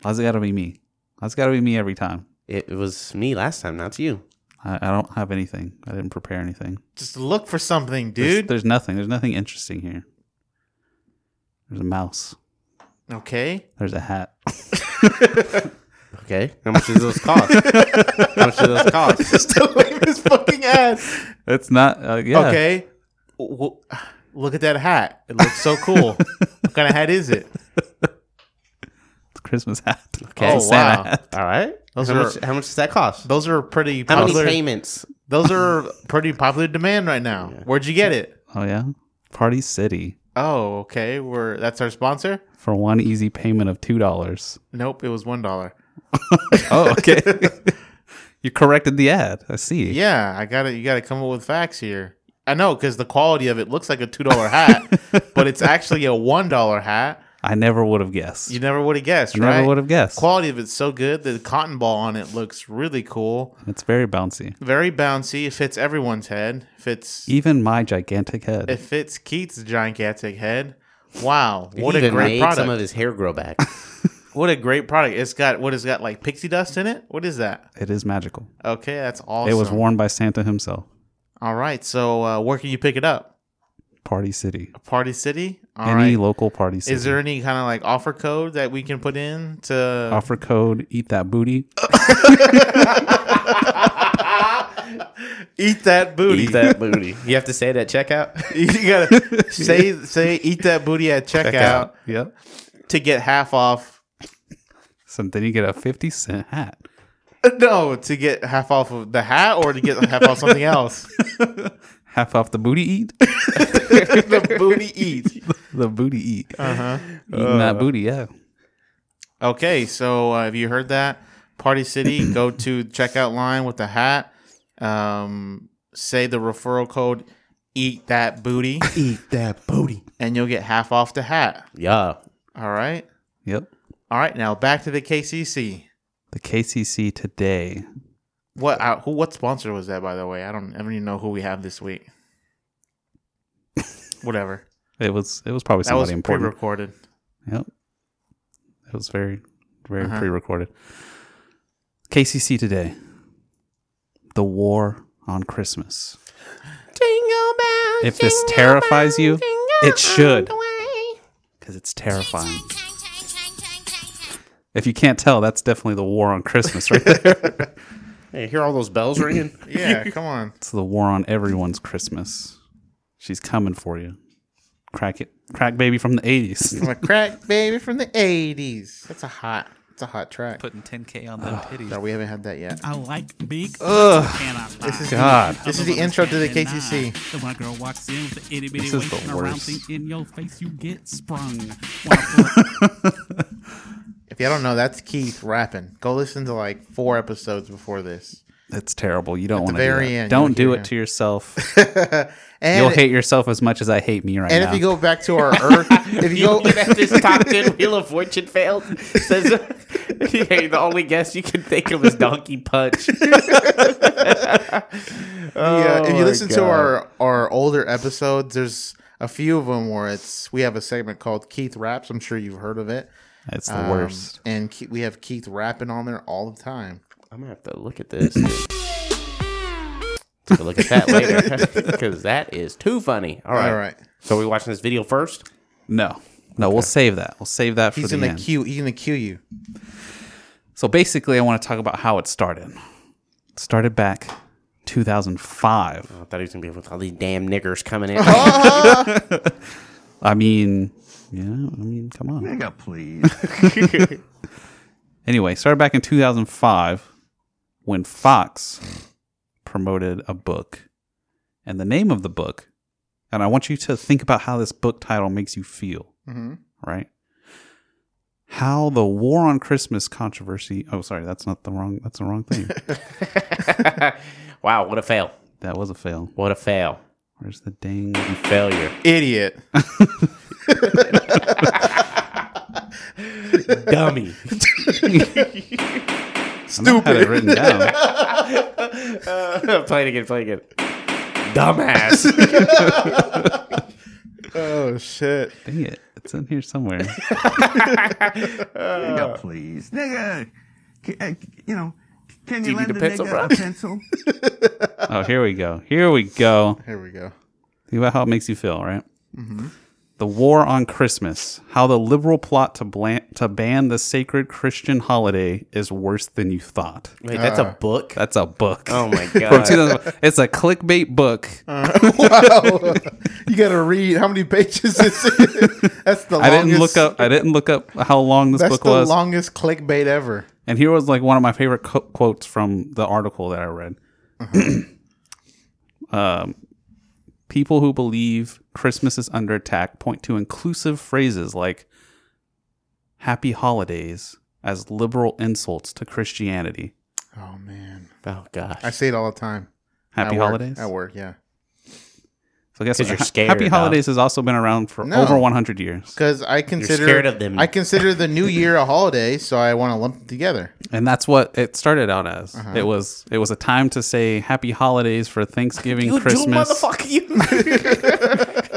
S1: Why's it got to be me? Why's it got to be me every time?
S3: It was me last time, not you.
S1: I, I don't have anything. I didn't prepare anything.
S4: Just look for something,
S1: There's,
S4: dude.
S1: there's nothing. There's nothing interesting here. There's a mouse.
S4: Okay.
S1: There's a hat.
S3: Okay, how much does those cost? how much do those cost?
S4: Just to leave his fucking ass.
S1: It's not. Uh, yeah.
S4: Okay. W- w- Look at that hat. It looks so cool. what kind of hat is it?
S1: It's a Christmas hat.
S3: Okay. Oh,
S1: It's a Santa
S4: Oh, wow.
S1: hat.
S3: All right.
S4: Those
S3: how,
S4: are-
S3: much, how much does that cost?
S4: Those are pretty
S3: How many
S4: popular.
S3: payments?
S4: Those are pretty popular demand right now. Where'd you get it?
S1: Oh yeah, Party City
S4: Oh, okay. We're that's our sponsor?
S1: for one easy payment of two dollars.
S4: Nope, it was one dollar.
S1: Oh okay. you corrected the ad. I see.
S4: Yeah, I gotta you gotta come up with facts here. I know because the quality of it looks like a two dollar hat, but it's actually a one dollar hat.
S1: I never would have guessed.
S4: You never would have
S1: I
S4: guessed, right?
S1: never would have guessed.
S4: Quality of it's so good. The cotton ball on it looks really cool.
S1: it's very bouncy.
S4: Very bouncy. It fits everyone's head. Fits
S1: Even my gigantic head.
S4: it fits Keith's gigantic head. Wow, what
S3: He
S4: a
S3: even
S4: great
S3: made
S4: product!
S3: Some of his hair grow back.
S4: what a great product! It's got what has got like pixie dust in it. What is that?
S1: it is magical.
S4: Okay, that's awesome.
S1: It was worn by Santa himself.
S4: All right, so uh, where can you pick it up?
S1: Party City.
S4: Party City. All right.
S1: Any local Party City.
S4: Is there any kind of like offer code that we can put in to
S1: offer code? Eat that booty.
S4: eat that booty?
S3: Eat that booty. You have to say that checkout.
S4: you gotta say say eat that booty at checkout,
S1: Yep.
S4: to get half off.
S1: So then you get a fifty cent hat.
S4: No, to get half off of the hat or to get half off something else.
S1: Half off the booty eat.
S4: the booty eat.
S1: the booty eat. Uh-huh. Eating
S4: Uh.
S1: that booty, yeah.
S4: Okay, so uh, have you heard that? Party City, go to checkout line with the hat. Um, say the referral code. Eat that booty,
S3: Eat that booty.
S4: and you'll get half off the hat.
S3: Yeah.
S4: All right.
S1: Yep.
S4: All right, now back to the KCC.
S1: The KCC today.
S4: What uh, who what sponsor was that by the way? I don't I don't even know who we have this week. Whatever.
S1: It was it was probably
S4: That was
S1: somebody important.
S4: pre-recorded.
S1: Yep. It was very, very
S4: Uh-huh.
S1: pre recorded. KCC today. The war on Christmas. If this terrifies you, it should. Because it's terrifying. If you can't tell, that's definitely the war on Christmas right there.
S3: Hey, hear all those bells ringing?
S4: Yeah, come on.
S1: it's the war on everyone's Christmas. She's coming for you. Crack it. Crack baby from the 80s.
S4: I'm a crack baby from the 80s. That's a hot. It's a hot track. Ah,
S1: Putting 10K on them titties.
S4: No, we haven't had that yet.
S5: I like big.
S4: This is
S1: God.
S4: The, this is the intro to the KCC.
S5: If my girl walks in with the itty bitty
S1: This is
S5: waist
S1: the
S5: and a round
S1: worst.
S5: thing in your face, you get sprung. When I pull up-
S4: If you don't know, that's Keith rapping. Go listen to like four episodes before this.
S1: That's terrible. You don't want to
S4: very
S1: do that.
S4: end,
S1: Don't
S4: you'll
S1: do
S4: hear-
S1: it to yourself.
S4: And
S1: You'll hate yourself as much as I hate me right
S4: and
S1: now.
S4: if you go back to our earth, if you go
S3: this top 10 Wheel of Fortune failed. Says, hey, the only guess you can think of is Donkey Punch.
S4: Yeah, if
S3: Oh
S4: you
S3: my
S4: listen to
S3: God.
S4: our our older episodes, there's a few of them where it's we have a segment called Keith Raps. I'm sure you've heard of it.
S1: it's the
S4: Um,
S1: worst.
S4: And Ke- we have Keith rapping on there all the time.
S3: I'm gonna have to look at this. Take a look at that later because that is too funny. All right.
S4: All right,
S3: So are we watching this video first?
S1: No, no, we'll save that. We'll save that
S4: he's
S1: for the
S4: gonna
S1: end.
S4: cue. He's gonna cue you.
S1: so basically, I want to talk about how it started. It started back 2005.
S3: I thought he was gonna be with all these damn niggers coming in.
S1: I mean, yeah, I mean, come on.
S2: please.
S1: Anyway, started back in 2005 when Fox promoted a book. And the name of the book, and I want you to think about how this book title makes you feel, right? How the War on Christmas controversy. Oh, sorry, that's not the wrong. That's the wrong thing. Uh-huh.
S3: wow, what a fail!
S1: that was a fail.
S3: What a fail!
S1: Where's the dang?
S3: Failure.
S4: Idiot.
S3: Dummy.
S1: Stupid. I had it written down.
S3: play it again. Play it again. Dumbass.
S4: oh shit.
S1: Dang it! It's in here somewhere.
S3: Uh,
S2: Nigga, please. Nigga, c- uh, you know, can
S3: you
S2: you,
S3: need
S2: lend
S3: a
S2: a
S3: pencil,
S2: nigga
S3: bro?
S2: a pencil?
S1: Oh, here we go. Here we go.
S4: Here we go.
S1: Think about how it makes you feel, right? The War on Christmas: How the liberal plot to blan- to ban the sacred Christian holiday is worse than you thought.
S3: Wait, that's a book.
S1: Uh-huh. That's a book.
S3: oh my
S1: From
S3: god.
S1: 2000 it's a clickbait book.
S4: wow. you got to read how many pages is it? That's the
S1: I
S4: longest,
S1: didn't look up. I didn't look up how long this
S4: That's
S1: book
S4: the
S1: was.
S4: longest clickbait ever.
S1: and here was like one of my favorite co- quotes from the article that I read.
S4: Uh-huh.
S1: um, people who believe Christmas is under attack point to inclusive phrases like "Happy Holidays" as liberal insults to Christianity.
S4: Oh man,
S3: oh gosh.
S4: I say it all the time. At
S1: Happy
S4: work-
S1: holidays.
S4: At work, yeah.
S1: So I guess
S3: 'Cause you're
S1: ha-
S3: scared,
S1: Happy
S3: dog.
S1: holidays has also been around for
S4: No.
S1: over 100 years,
S4: Because I consider
S3: scared of them.
S4: I consider the new year a holiday, so I want to lump them together.
S1: and that's what it started out as.
S4: Uh-huh.
S1: It was it was a time to say Happy Holidays for Thanksgiving,
S3: you
S1: Christmas.
S3: do motherfucker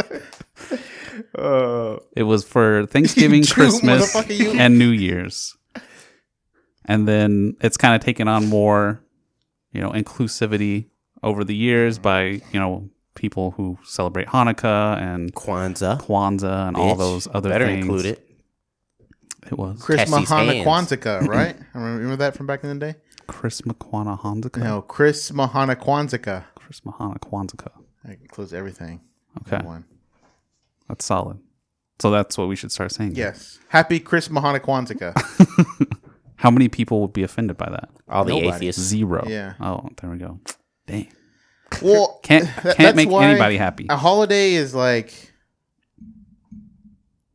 S3: you
S1: It was for Thanksgiving,
S4: Jew,
S1: Christmas,
S4: motherfucker, you.
S1: and New Year's. And then it's kind of taken on more, you know, inclusivity over the years by, you know, people who celebrate Hanukkah and
S3: Kwanzaa.
S1: Kwanzaa and all
S3: bitch.
S1: those other
S3: Better
S1: things.
S3: include it.
S1: It was
S4: Chris
S3: Cassie's
S4: Mahana
S3: hands.
S4: Quantica, right? Remember that from back in the day?
S1: Chris McQuana Hanukkah.
S4: No, Chris Mahana Quantica.
S1: Chris Mahana Kwanzaa.
S4: I includes everything. in
S1: Okay.
S4: One.
S1: That's solid. So that's what we should start saying.
S4: Yes. Happy Chris Mahana Quantica.
S1: How many people would be offended by that?
S3: All the
S4: Nobody.
S3: atheists.
S1: Zero.
S4: Yeah.
S1: Oh, there we go. Dang.
S4: Well,
S1: Can't
S4: that-
S1: can't
S4: that's
S1: make
S4: why
S1: anybody happy.
S4: A holiday is like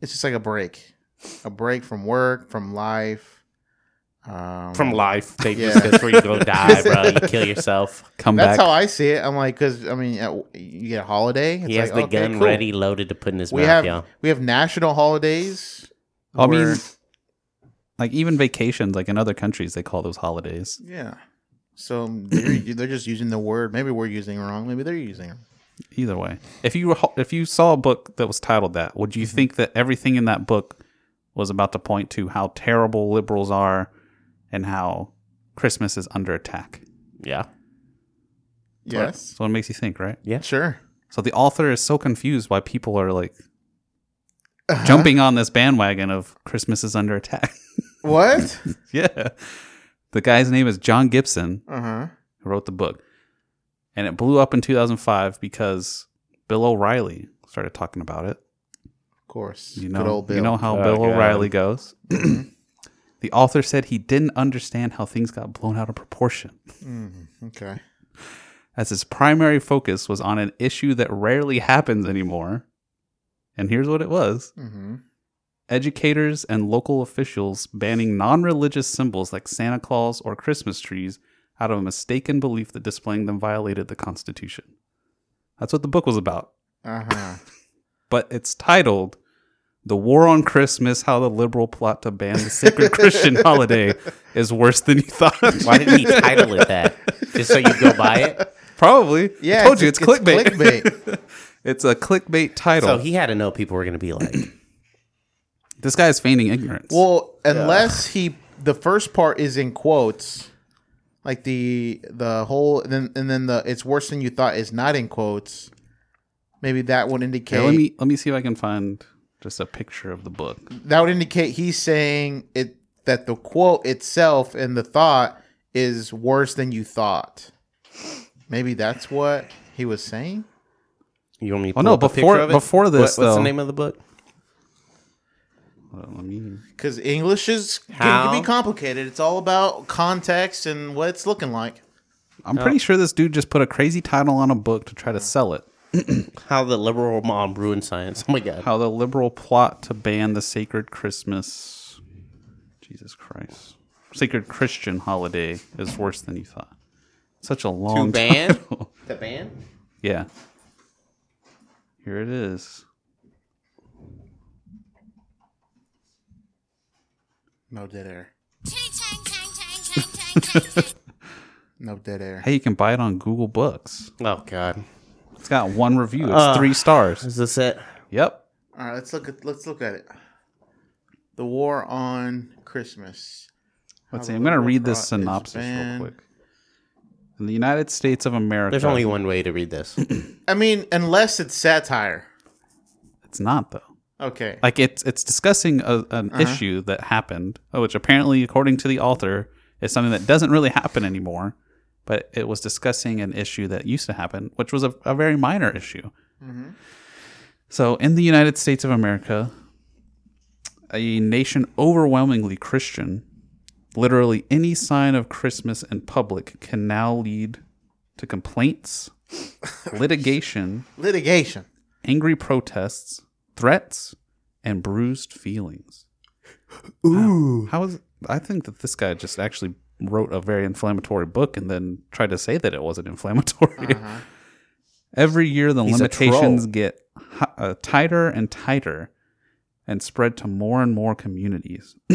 S4: it's just like a break, a break from work, from life. Um,
S3: From life. They
S4: Yeah.
S3: just that's where you go die, bro. You kill yourself.
S1: Come
S4: that's
S1: back.
S4: how I see it. I'm like, because I mean, uh, you get a holiday. It's
S3: He has
S4: like,
S3: the
S4: okay,
S3: gun
S4: cool.
S3: ready loaded to put in his
S4: We
S3: mouth,
S4: have
S3: y'all.
S4: we have national holidays.
S1: I mean,
S4: where-
S1: like even vacations, like in other countries, they call those holidays.
S4: yeah. So they're, they're just using the word. Maybe we're using it wrong. Maybe they're using it.
S1: Either way, if you were- if you saw a book that was titled that, would you think that everything in that book was about to point to how terrible liberals are and how Christmas is under attack?
S3: Yeah.
S4: Yes.
S1: So it makes you think, right?
S4: Sure.
S1: So the author is so confused why people are like jumping on this bandwagon of Christmas is under attack.
S4: What?
S1: yeah, the guy's name is John Gibson.
S4: uh huh.
S1: who wrote the book. And it blew up in 2005 because Bill O'Reilly started talking about it.
S4: Of course.
S1: You know,
S4: Good old Bill.
S1: you know how
S3: Oh,
S1: Bill
S3: God.
S1: O'Reilly goes. the author said he didn't understand how things got blown out of proportion,
S4: okay.
S1: as his primary focus was on an issue that rarely happens anymore. And here's what it was
S4: Mm-hmm.
S1: educators and local officials banning non religious symbols like Santa Claus or Christmas trees out of a mistaken belief that displaying them violated the Constitution. That's what the book was about.
S4: Uh huh.
S1: But it's titled The War on Christmas How the Liberal Plot to Ban the Sacred Christian Holiday is Worse Than You Thought.
S3: Why didn't he title it that? Just so you go buy it?
S1: Probably.
S4: Yeah,
S1: I told you it's,
S4: it's- it's
S1: clickbait.
S4: clickbait.
S1: it's a clickbait title.
S3: So he had to know people were going to be like,
S1: this guy is feigning ignorance.
S4: Well, unless he the first part is in quotes, like the the whole and then and then the it's worse than you thought is not in quotes. Maybe that would indicate
S1: Here, let me let me see if I can find just a picture of the book.
S4: that would indicate he's saying it that the quote itself and the thought is worse than you thought. Maybe that's what he was saying.
S3: you want me to
S1: Oh,
S3: pull
S1: no,
S3: up a
S1: before-
S3: picture of it?
S1: before this,
S3: What- what's
S1: though-
S3: the name of the book?
S1: Hold on, let me-
S4: Because English is can,
S3: How?
S4: can be complicated. It's all about context and what it's looking like.
S1: I'm
S3: Oh.
S1: pretty sure this dude just put a crazy title on a book to try to sell it.
S3: How the Liberal Mom Ruined Science. Oh, my God.
S1: How the liberal plot to ban the sacred Christmas, Jesus Christ, sacred Christian holiday is worse than you thought. Such a long
S3: To ban?
S1: title.
S3: the band?
S1: yeah. Here it is.
S4: No dead air.
S6: Chang, chang, chang, chang, chang, chang, chang.
S4: No dead air.
S1: Hey, you can buy it on Google Books.
S3: Oh, God.
S1: It's got one review. It's
S3: Uh.
S1: three stars.
S3: Is this it?
S1: Yep.
S4: All right, let's look at let's look at it. The war on Christmas.
S1: Let's
S4: How
S1: see.
S4: the
S1: I'm going to
S4: liberal
S1: read
S4: plot
S1: this
S4: is
S1: synopsis real
S4: banned.
S1: quick. In the United States of America,
S3: There's only one way to read this.
S4: I mean, unless it's satire.
S1: it's not though.
S4: Okay.
S1: like it's it's discussing a, an issue that happened uh, which apparently according to the author is something that doesn't really happen anymore but it was discussing an issue that used to happen which was a, a very minor issue so in the united states of america a nation overwhelmingly christian literally any sign of christmas in public can now lead to complaints litigation
S4: Litigation.
S1: angry protests, threats, and bruised feelings. Ooh. How is I think that this guy just actually wrote a very inflammatory book and then tried to say that it wasn't inflammatory. Every year the
S3: Uh-huh. He's a
S1: limitations
S3: troll.
S1: get hi- uh, tighter and tighter and spread to more and more communities.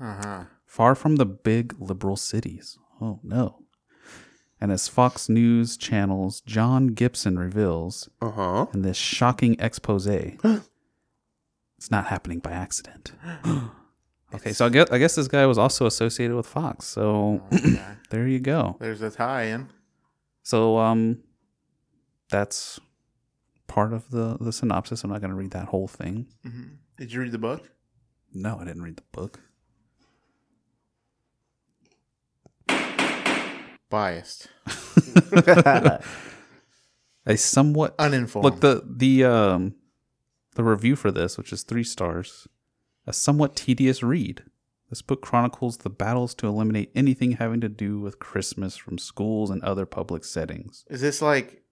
S3: Uh-huh.
S1: Far from the big liberal cities. Oh no. And as Fox News channels John Gibson reveals,
S3: Uh huh.
S1: in this shocking expose. it's not happening by accident. okay, so I guess, I guess this guy was also associated with Fox. So there you go.
S4: There's a tie-in.
S1: So um, that's part of the the synopsis. I'm not going to read that whole thing.
S4: Did you read the book?
S1: No, I didn't read the book.
S4: Biased.
S1: I somewhat
S4: Uninformed.
S1: Look the the um the review for this, which is three stars, a somewhat tedious read. This book chronicles the battles to eliminate anything having to do with Christmas from schools and other public settings.
S4: Is this like?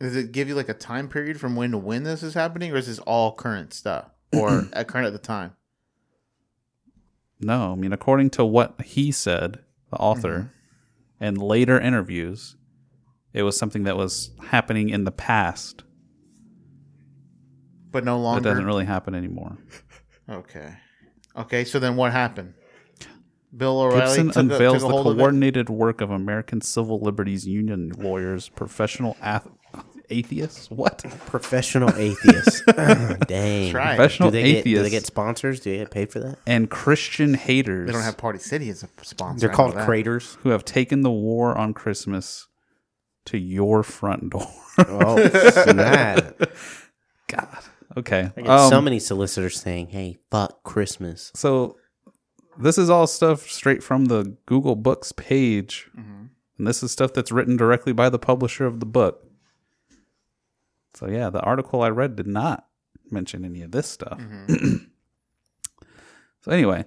S4: Does it give you like a time period from when to when this is happening, or is this all current stuff or at current at the time?
S1: No, I mean according to what he said, the author, and later interviews, it was something that was happening in the past
S4: But no
S1: that
S4: longer.
S1: doesn't really happen anymore.
S4: Okay. Okay. So then, what happened? Bill O'Reilly
S1: Gibson
S4: took a-
S1: unveils the
S4: took a hold of it?
S1: coordinated work of American civil liberties union lawyers, professional ath- atheists. What?
S3: Professional atheists. Dang.
S4: Try it.
S1: Professional
S3: Do they get do
S1: atheists
S3: they get sponsors? Do they get paid for that?
S1: and Christian haters
S4: They don't have Party City as a sponsor.
S3: They're
S4: I know
S3: called
S4: that.
S3: craters.
S1: who have taken the war on Christmas to your front door.
S3: Oh, snap.
S1: God. Okay.
S3: I get so
S1: Um,
S3: many solicitors saying, "Hey, fuck Christmas."
S1: so this is all stuff straight from the Google Books page. And this is stuff that's written directly by the publisher of the book. So yeah, the article I read did not mention any of this stuff. so anyway,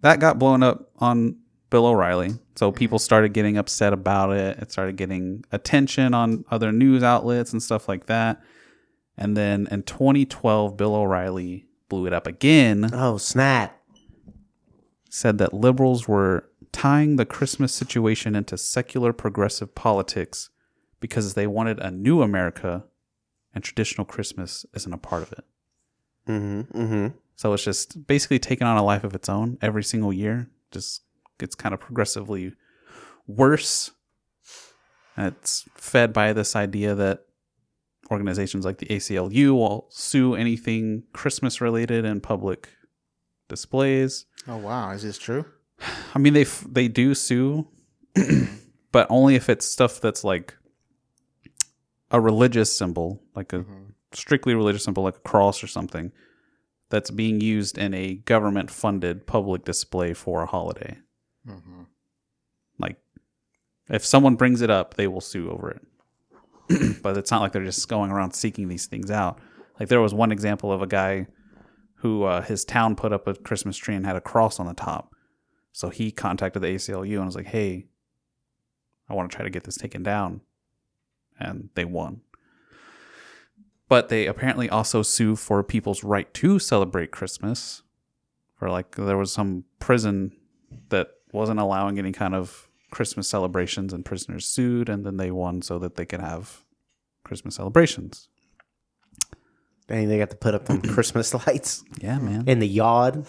S1: that got blown up on Bill O'Reilly. So people started getting upset about it. It started getting attention on other news outlets and stuff like that. And then in 2012, Bill O'Reilly blew it up again
S3: Oh, snap.
S1: said that liberals were tying the Christmas situation into secular progressive politics because they wanted a new America and traditional Christmas isn't a part of it.
S3: Mm-hmm. Mm-hmm.
S1: So it's just basically taking on a life of its own every single year. Just gets kind of progressively worse. And it's fed by this idea that organizations like the ACLU will sue anything Christmas related in public displays.
S4: Oh wow, is this true?
S1: I mean, they f- they do sue, but only if it's stuff that's like a religious symbol, like a strictly religious symbol, like a cross or something, that's being used in a government funded public display for a holiday. Like, if someone brings it up, they will sue over it. but it's not like they're just going around seeking these things out. Like there was one example of a guy who uh, his town put up a Christmas tree and had a cross on the top. So he contacted the ACLU and was like, "Hey, I want to try to get this taken down," and they won. But they apparently also sue for people's right to celebrate Christmas. For like, there was some prison that wasn't allowing any kind of Christmas celebrations, and prisoners sued, and then they won so that they could have Christmas celebrations.
S3: Dang, they got to put up them Christmas lights
S1: Yeah, man,
S3: in the yard.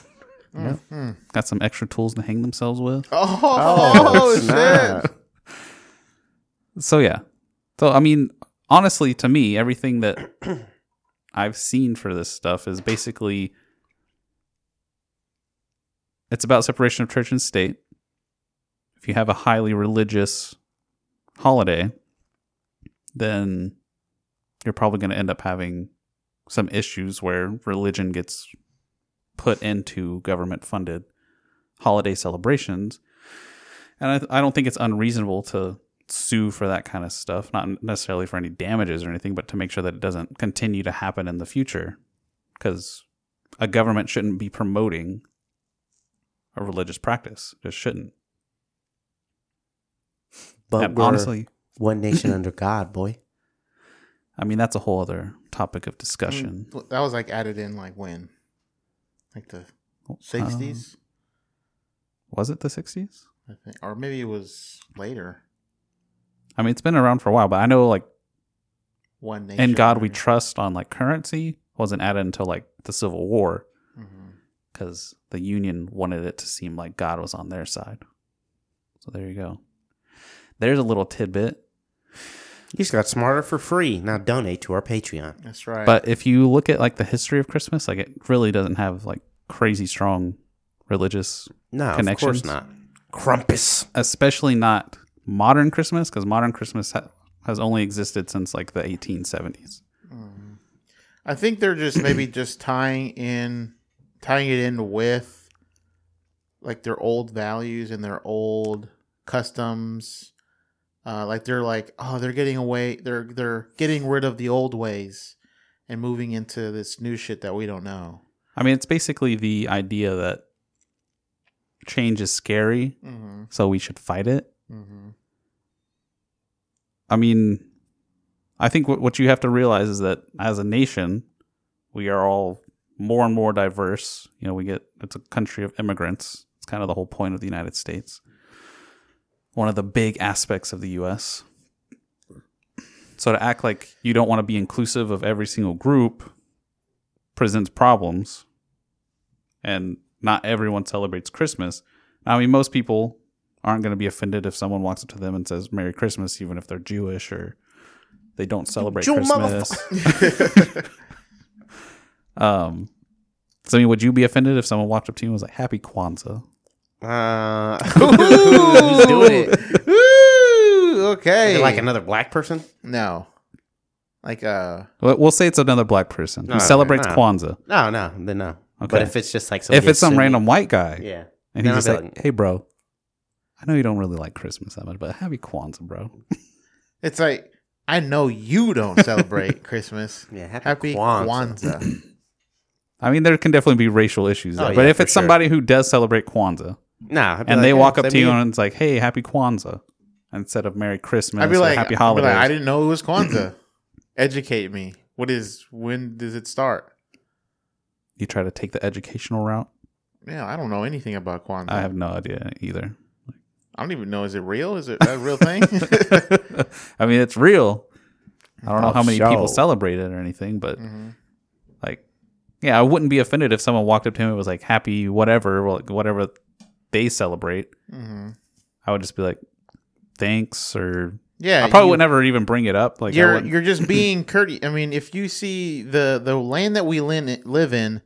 S1: got some extra tools to hang themselves with.
S4: Oh,
S3: snap.
S4: shit!
S1: So yeah. So I mean, honestly, to me, everything that I've seen for this stuff is basically it's about separation of church and state. If you have a highly religious holiday, then you're probably going to end up having some issues where religion gets put into government funded holiday celebrations. And I, th- I don't think it's unreasonable to sue for that kind of stuff, not necessarily for any damages or anything, but to make sure that it doesn't continue to happen in the future. Because a government shouldn't be promoting a religious practice, just shouldn't.
S3: But
S1: And
S3: we're
S1: honestly,
S3: one nation under God, boy.
S1: I mean, that's a whole other topic of discussion.
S4: Mm, That was like added in like when, like the
S1: Oh,
S4: sixties,
S1: Was it the 60s?
S4: I think, or maybe it was later.
S1: I mean, it's been around for a while, but I know like
S4: One nation.
S1: "In God We
S4: under-
S1: Trust" on like currency wasn't added until like the Civil War
S4: Mhm.
S1: because the Union wanted it to seem like God was on their side. So there you go. There's a little tidbit.
S3: You just got smarter for free. Now donate to our Patreon.
S4: That's right.
S1: But if you look at like the history of Christmas, like it really doesn't have like crazy strong religious,
S3: No, of
S1: Connections?
S3: course not. Crumpus.
S1: especially not modern Christmas because modern Christmas ha- has only existed since like the 1870s.
S4: I think they're just maybe just tying in, tying it in with like their old values and their old customs. Uh, like they're like, oh, they're getting away. They're they're getting rid of the old ways and moving into this new shit that we don't know.
S1: I mean, it's basically the idea that change is scary,
S4: Mm-hmm.
S1: so we should fight it.
S4: Mm-hmm.
S1: I mean, I think what what you have to realize is that as a nation, we are all more and more diverse. You know, we get it's a country of immigrants. It's kind of the whole point of the United States. One of the big aspects of the U.S. So to act like you don't want to be inclusive of every single group presents problems, and not everyone celebrates Christmas. I mean, most people aren't going to be offended if someone walks up to them and says "Merry Christmas," even if they're Jewish or they don't celebrate
S3: Jew
S1: Christmas. um, so I mean, would you be offended if someone walked up to you and was like "Happy Kwanzaa"?
S3: Uh,
S4: Who's
S3: doing it?
S4: Ooh, okay.
S3: like another black person?
S4: no, like uh,
S1: Well, We'll say it's another black person who
S3: No,
S1: celebrates
S3: no.
S1: Kwanzaa.
S3: No, no, then no. But
S1: Okay.
S3: if it's just like
S1: If it's some
S3: Sunni-
S1: random white guy
S3: yeah,
S1: and
S3: Then
S1: he's just
S3: I'll be
S1: like, "Hey, bro, I know you don't really like Christmas that much, but Happy Kwanzaa, bro."
S4: it's like I know you don't celebrate Christmas.
S3: yeah, happy,
S4: Happy
S3: Kwanzaa.
S4: Kwanzaa.
S1: I mean, there can definitely be racial issues
S3: Oh,
S1: there, but
S3: yeah,
S1: if
S3: for
S1: it's
S3: sure.
S1: somebody who does celebrate Kwanzaa
S3: No, I'd be
S1: and
S3: like,
S1: they
S3: yeah,
S1: walk up
S3: same
S1: to you
S3: here.
S1: and it's like, "Hey, Happy Kwanzaa," instead of "Merry Christmas"
S4: I'd be
S1: or
S4: like,
S1: "Happy
S4: I'd be like,
S1: Holidays,"
S4: I didn't know it was Kwanzaa. Educate me. What is? When does it start?
S1: you try to take the educational route.
S4: Yeah, I don't know anything about Kwanzaa.
S1: I
S4: I,
S1: have no idea either.
S4: don't even know. Is it real? Is it a real thing?
S1: I mean, it's real. I don't know
S3: Oh,
S1: how many
S3: show.
S1: people celebrate it or anything, but
S4: Mhm.
S1: like, yeah, I wouldn't be offended if someone walked up to him and was like, "Happy whatever," well, like, whatever they celebrate.
S4: Mhm.
S1: I would just be like, "Thanks," or
S4: Yeah,
S1: I probably
S4: you-
S1: would never even bring it up. Like, I
S4: you're
S1: wouldn't-
S4: you're just being courteous. I mean, if you see the the land that we lin- live in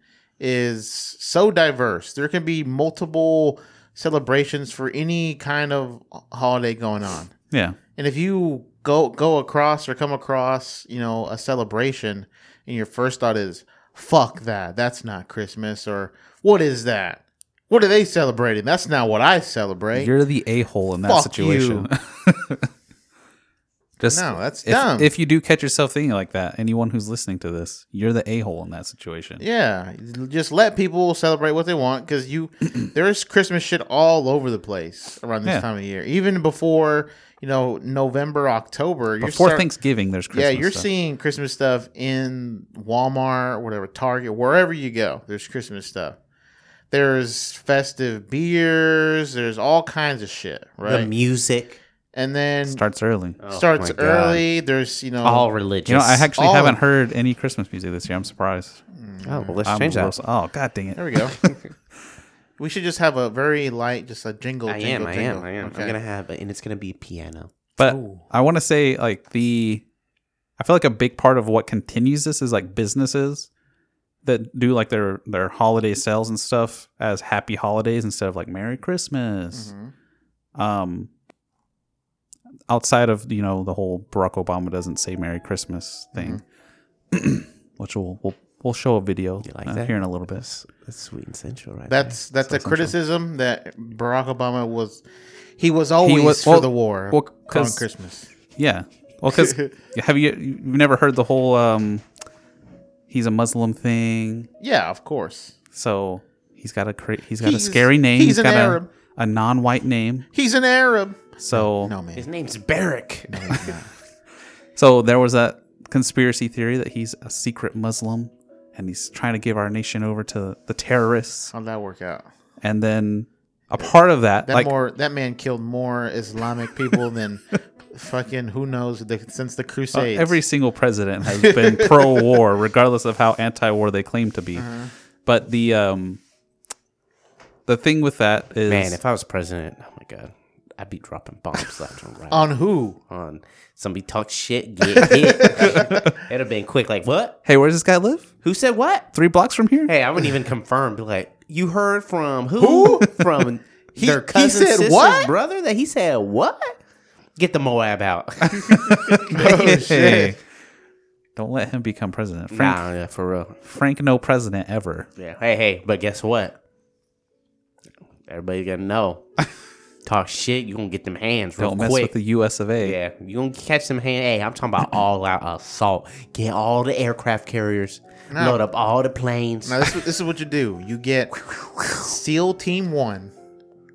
S4: is so diverse, there can be multiple celebrations for any kind of holiday going on.
S1: yeah,
S4: And if you go go across or come across, you know, a celebration and your first thought is, fuck that, that's not Christmas or what is that? What are they celebrating? That's not what I celebrate.
S1: you're the a hole in that
S4: Fuck
S1: situation. just
S4: no, that's
S1: if,
S4: dumb.
S1: if you do catch yourself thinking like that, anyone who's listening to this, you're the a hole in that situation.
S4: yeah, just let people celebrate what they want because you there's Christmas shit all over the place around this
S1: Yeah.
S4: time of year. Even before you know November, October, you're
S1: Before
S4: start-
S1: Thanksgiving, there's Christmas.
S4: yeah, you're
S1: stuff.
S4: seeing Christmas stuff in Walmart, whatever, Target, wherever you go. There's Christmas stuff. There's festive beers. There's all kinds of shit,
S3: The
S4: right?
S3: music
S4: and then
S1: starts early.
S3: Oh,
S4: starts
S3: my God.
S4: early. There's you know,
S3: All religious.
S1: You know, I actually
S4: all-
S1: haven't heard any Christmas music this year. I'm surprised.
S3: Oh, well, let's
S1: I'm
S3: change that.
S1: real- oh, god dang
S4: there
S1: it!
S4: we go. we should just have a very light, just a jingle.
S3: I am.
S4: jingle,
S3: I am.
S4: jingle.
S3: I am.
S4: Okay.
S3: I'm gonna have, and it's gonna be piano.
S1: But I want to say, like the, I feel like a big part of what continues this is like businesses that do like their their holiday sales and stuff as happy holidays instead of like Merry Christmas.
S4: Mhm.
S1: um
S4: Mm-hmm.
S1: outside of you know the whole barack obama doesn't say merry christmas thing which we'll we'll, we'll show a video
S3: like
S1: uh,
S3: that?
S1: here in a little bit.
S3: That's sweet and sensual, right?
S4: That's that's a
S1: essential.
S4: criticism that Barack Obama was. He was always
S1: was-
S4: for
S1: well-
S4: the war
S1: well,
S4: on
S1: 'cause-
S4: Christmas.
S1: Yeah. Well, because have you you've never heard the whole um, he's a Muslim thing?
S4: Yeah, of course.
S1: So he's got a cra- he's got
S4: He's-
S1: a scary name.
S4: he's an
S1: got
S4: Arab.
S1: A, a non-white name.
S4: He's an Arab.
S1: So
S4: No
S3: His
S4: man.
S3: name's Barrick.
S1: so there was that conspiracy theory that he's a secret Muslim and he's trying to give our nation over to the terrorists.
S4: How'd that work out?
S1: And then a part of that,
S4: That
S1: like
S4: more that man killed more Islamic people than fucking who knows the, since the Crusades.
S1: Uh, every single president has been pro-war, regardless of how anti-war they claim to be.
S4: Uh-huh.
S1: But the um, the thing with that is
S3: Man, if I was president, oh my god, I'd be dropping bombs left and right.
S4: on who?
S3: on somebody talk shit, get hit. It'd have been quick. Like what?
S1: hey, where does this guy live?
S3: Who said what?
S1: Three blocks from here.
S3: Hey, I wouldn't even confirm. Be like, you heard from who? From their
S4: he
S3: cousin,
S4: said
S3: sister,
S4: what?
S3: brother? That he said what? Get the Moab out.
S4: Oh shit!
S1: Don't let him become president. Frank,
S3: nah, yeah, for real.
S1: Frank, no president ever.
S3: Yeah. Hey, hey, but guess what? Everybody gonna know. Talk shit, you gonna get them hands real
S1: Don't mess
S3: quick.
S1: with the U.S. of A.
S3: yeah, you gonna catch them hand. Hey, I'm talking about all out assault. Get all the aircraft carriers, load up all the planes.
S4: Now this, is- this is what you do. You get SEAL Team One.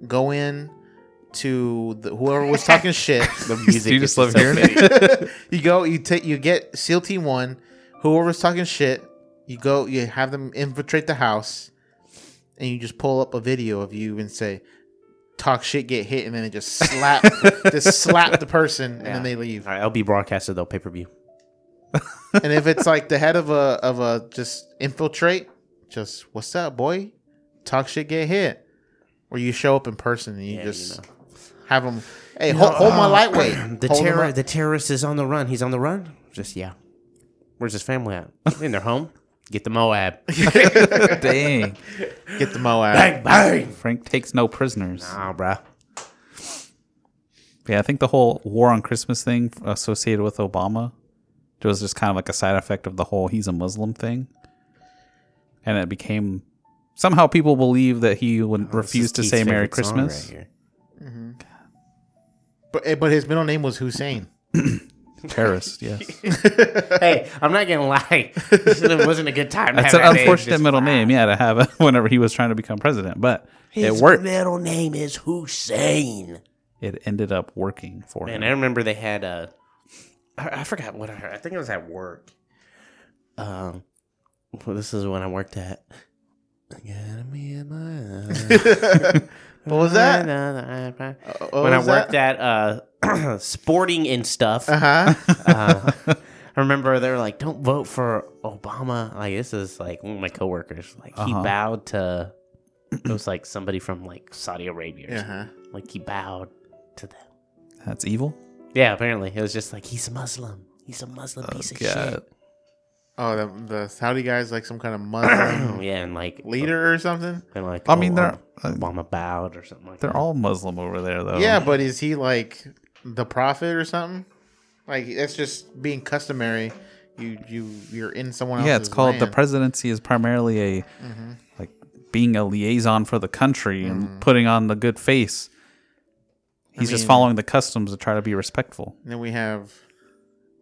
S4: Go in to the, whoever was talking shit.
S3: The music
S1: You
S3: is
S1: just love
S3: so
S1: hearing
S3: fitting.
S1: it.
S4: you go you take you get seal team one whoever's talking shit you go you have them infiltrate the house and you just pull up a video of you and say talk shit get hit and then they just slap just slap the person and
S3: Yeah.
S4: then they leave
S3: All right, I'll be broadcasted though, pay per view.
S4: and if it's like the head of a of a just infiltrate just what's up boy talk shit get hit or you show up in person and you
S3: you
S4: just have 'em have them hey hold, hold my lightweight
S3: uh, The
S4: Hold 'em
S3: terror,
S4: up.
S3: the terrorist is on the run. He's on the run. Just yeah. Where's his family at? In their home. Get the Moab.
S1: Dang.
S4: get the moab
S3: bang bang.
S1: Frank takes no prisoners.
S3: Nah, bruh.
S1: Yeah, I think the whole war on Christmas thing associated with Obama was just kind of like a side effect of the whole he's a Muslim thing. And it became somehow people believe that he would refuse to
S3: Oh, Keith's
S1: say Merry
S3: favorite song
S1: Christmas.
S3: right here.
S4: but, but his middle name was hussein
S1: Terrorist, yes.
S3: hey, I'm not gonna lie. it wasn't a good time.
S1: That's an unfortunate middle name, yeah, to have whenever he was trying to become president. But it worked.
S3: middle name is Hussein.
S1: It ended up working for
S3: Man, I
S1: him.
S3: remember they had a. I I forgot what I heard. I think it was at work. Um, well, this is when I worked at. I gotta be in my-
S4: what was that what
S3: when I
S4: was that?
S3: worked at uh, sporting and stuff.
S4: uh-huh
S3: uh, I remember they were like, "Don't vote for Obama." Like this is like one of my coworkers. Like he
S1: Uh-huh.
S3: bowed to it was like somebody from like Saudi Arabia. Or
S4: Uh-huh.
S3: something. Like he bowed to them.
S1: That's evil.
S3: Yeah, apparently it was just like he's a Muslim. He's a Muslim piece of
S1: God.
S4: Oh, the, the Saudi guy's like some kind of Muslim
S3: shit. yeah, and like
S4: leader or something.
S3: and like
S1: I mean,
S3: Obama-
S1: they're- uh,
S3: Obama bowed or something like
S1: They're
S3: that.
S1: all Muslim over there though.
S4: Yeah, but is he like the prophet or something? Like that's just being customary. You you you're in someone else's.
S1: yeah it's called the
S4: land.
S1: presidency is primarily a
S4: Mm-hmm.
S1: like being a liaison for the country and putting on the good face he's just
S4: mean-
S1: following the customs to try to be respectful
S4: And then we have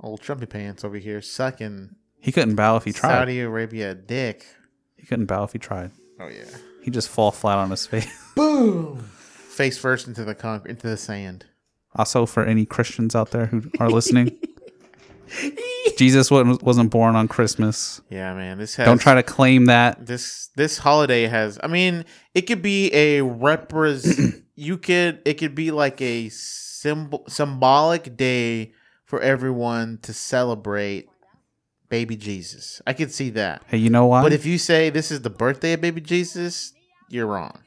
S4: old Trumpy pants over here sucking
S1: he couldn't bow if he tried
S4: Saudi Arabia dick.
S1: he couldn't bow if he tried
S4: Oh yeah,
S1: he'd just fall flat on his face
S4: face first into the con- into the sand.
S1: also for any christians out there who are listening jesus wasn't wasn't born on christmas
S4: Yeah, man, this has
S1: don't try to claim that
S4: this this holiday has i mean it could be a repres you could it could be like a symbol symbolic day for everyone to celebrate baby jesus i could see that
S1: hey you know why
S4: but if you say this is the birthday of baby jesus you're wrong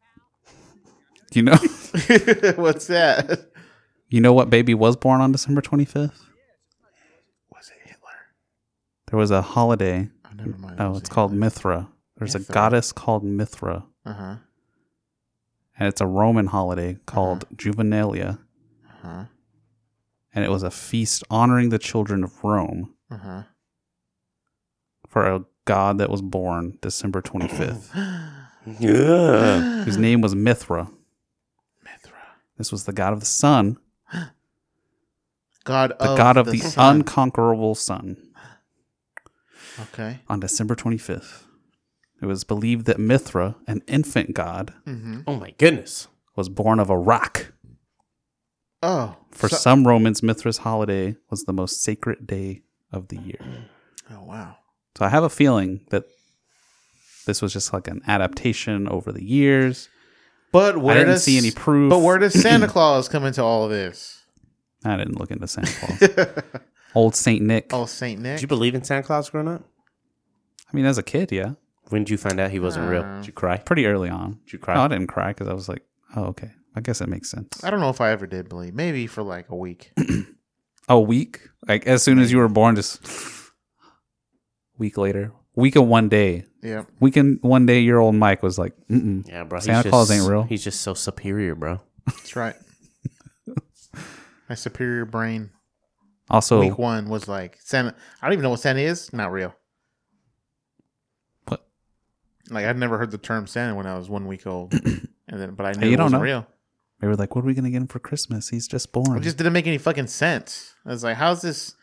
S1: you know
S4: what's that
S1: you know what baby was born on december 25th
S4: was it hitler
S1: there was a holiday
S4: oh never mind
S1: Oh,
S4: Was
S1: it's
S4: it
S1: called
S4: Hitler?
S1: Mithra. There's a
S4: Mithra.
S1: goddess called Mithra,
S4: uh-huh
S1: and it's a Roman holiday called Juvenalia,
S4: uh-huh
S1: and it was a feast honoring the children of Rome.
S4: uh-huh
S1: for a god that was born December 25th.
S3: Yeah.
S1: His name was Mithra. Mithra. This was the god of the sun,
S4: God
S1: the
S4: of
S1: god of the,
S4: sun.
S1: unconquerable sun.
S4: okay.
S1: On December 25th, it was believed that Mithra, an infant god,
S4: Mm-hmm.
S3: Oh my goodness.
S1: was born of a rock.
S4: Oh,
S1: For
S4: so-
S1: some Romans, Mithra's holiday was the most sacred day of the year.
S4: oh wow.
S1: So I have a feeling that this was just like an adaptation over the years.
S4: But where
S1: didn't
S4: does
S1: see any proof.
S4: But where does Santa Claus come into all of this?
S1: I didn't look into Santa Claus. Old Saint Nick.
S4: Oh, Saint Nick.
S3: Did you believe in Santa Claus growing up?
S1: I mean, as a kid, yeah,
S3: When did you find out he wasn't real? Did you cry?
S1: pretty early on.
S3: Did you cry?
S1: Uh, No, I didn't cry because I was like, oh, okay. I guess it makes sense.
S4: I don't know if I ever did believe. Maybe for like a week.
S1: A week, like as soon as you were born, just week later, week and one day,
S4: yeah.
S1: week and one day, your old Mike was like, mm
S3: yeah, bro. he's
S1: Santa Claus ain't real.
S3: He's just so superior, bro.
S4: That's right. My superior brain.
S1: Also,
S4: Week one was like Santa. I don't even know what Santa is. Not real.
S1: What?
S4: Like I'd never heard the term Santa when I was one week old, and then but I knew
S1: you
S4: it
S1: don't
S4: wasn't
S1: know.
S4: real.
S1: they were like, what are we gonna get him for Christmas? He's just born.
S4: It just didn't make any fucking sense. I was like, how's this?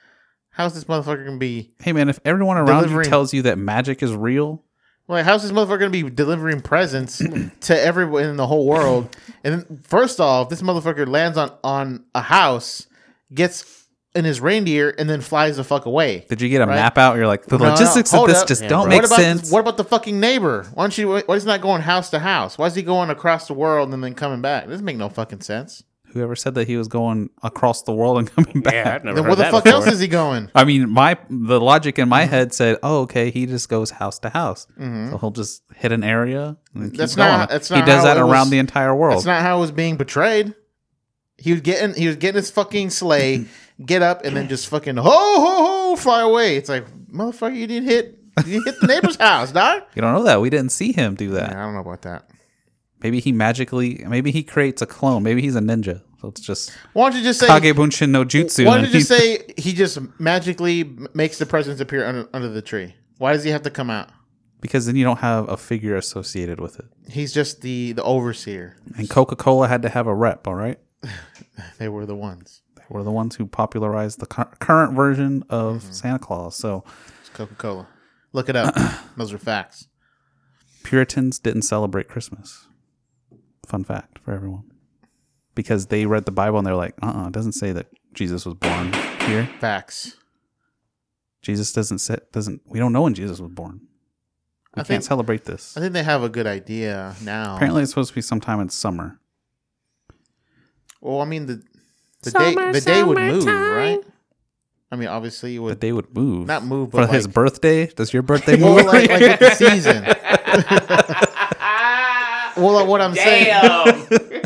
S4: How's this motherfucker gonna be?
S1: hey man, if everyone around
S4: Delivering-
S1: you tells you that magic is real,
S4: Like, how's this motherfucker gonna be delivering presents to everyone in the whole world? And then, first off, this motherfucker lands on on a house, gets in his reindeer, and then flies the fuck away.
S1: did you get a
S4: Right.
S1: map out? You're like, the
S4: No, no,
S1: logistics
S4: hold
S1: of this
S4: up.
S1: just
S4: Yeah,
S1: don't
S3: bro.
S1: make
S4: what about
S1: sense.
S4: what about the fucking neighbor? Why don't you? Why is he not going house to house? Why is he going across the world and then coming back? It doesn't make no fucking sense.
S1: Whoever said that he was going across the world and coming back?
S3: Yeah, I've never
S4: Then
S3: heard
S4: where the
S3: that
S4: fuck
S3: before.
S4: else is he going?
S1: I mean, my the logic in my
S4: Mm-hmm.
S1: head said, "Oh, okay, he just goes house to house, so he'll just hit an area." And then keep
S4: That's
S1: going.
S4: not- that's
S1: he
S4: not
S1: does
S4: how
S1: that
S4: it
S1: around
S4: was-
S1: the entire world.
S4: That's not how it was being portrayed. He was getting he was getting his fucking sleigh, get up, and then just fucking ho ho ho fly away. It's like motherfucker, you didn't hit you didn't hit the neighbor's house, dog.
S1: you don't know that. We didn't see him do that.
S4: Yeah, I don't know about that.
S1: Maybe he magically. Maybe he creates a clone. Maybe he's a ninja. So it's just
S4: Why don't you just say?
S1: Kage Bunshin no Jutsu.
S4: why
S1: and
S4: don't you just
S1: he-
S4: say he just magically m- makes the presents appear under under the tree? Why does he have to come out?
S1: because then you don't have a figure associated with it.
S4: He's just the the overseer.
S1: And Coca Cola had to have a rep. All right,
S4: They were the ones.
S1: they were the ones who popularized the cur- current version of
S4: Mm-hmm.
S1: Santa Claus. So
S4: It's Coca Cola. Look it up. Those are facts.
S1: Puritans didn't celebrate Christmas. Fun fact for everyone. Because they read the Bible and they were like, uh uh it doesn't say that Jesus was born here.
S4: Facts.
S1: Jesus doesn't say, doesn't, we don't know when Jesus was born. We
S4: I
S1: can't
S4: think-
S1: celebrate this.
S4: I think they have a good idea now.
S1: Apparently, it's supposed to be sometime in summer.
S4: Well, I mean the the day the day would move, right? I mean, obviously it
S1: But
S4: would
S1: they would move.
S4: not move,
S1: For
S4: but
S1: his
S4: like-
S1: birthday? Does your birthday
S4: well,
S1: move?
S4: like, like with the season. well, what I'm
S3: Damn.
S4: saying,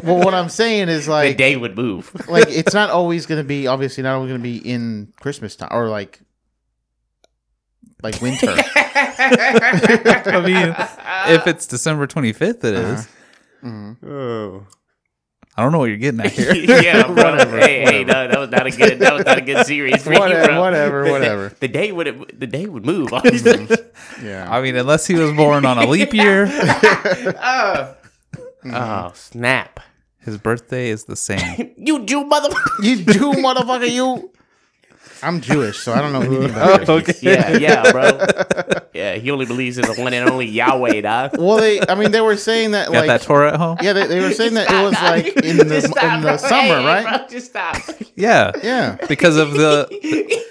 S4: well, what I'm saying is
S3: um, the
S4: like,
S3: day would move.
S4: like it's not always going to be obviously not always going to be in Christmas time or like, like winter.
S1: I mean, if it's December 25th, it is.
S4: Uh-huh.
S1: Mm-hmm.
S3: Oh.
S1: I don't know what you're getting at here.
S3: yeah, bro. hey, hey, no, that was not a good. That was not a good series. For you,
S4: whatever,
S3: bro.
S4: whatever,
S3: The-
S4: whatever.
S3: The day would it, the day would move. Honestly.
S4: Yeah.
S1: I mean, unless he was born on a leap year,
S3: oh snap!
S1: his birthday is the same.
S3: You Jew motherfucker.
S4: You Jew motherfucker, you. I'm Jewish, so I don't know anything about Christmas.
S3: yeah, yeah, bro. Yeah, he only believes in the one and only Yahweh, dog.
S4: Well, they. I mean, they were saying that
S1: Got
S4: like.
S1: that Torah at home?
S4: yeah, they, they were saying that it was
S3: Stop,
S4: like
S3: dog.
S4: in the
S3: Just stop,
S4: in the
S3: bro.
S4: summer,
S3: Hey,
S4: right?
S3: bro, just stop.
S1: Yeah.
S4: Yeah,
S1: Because of the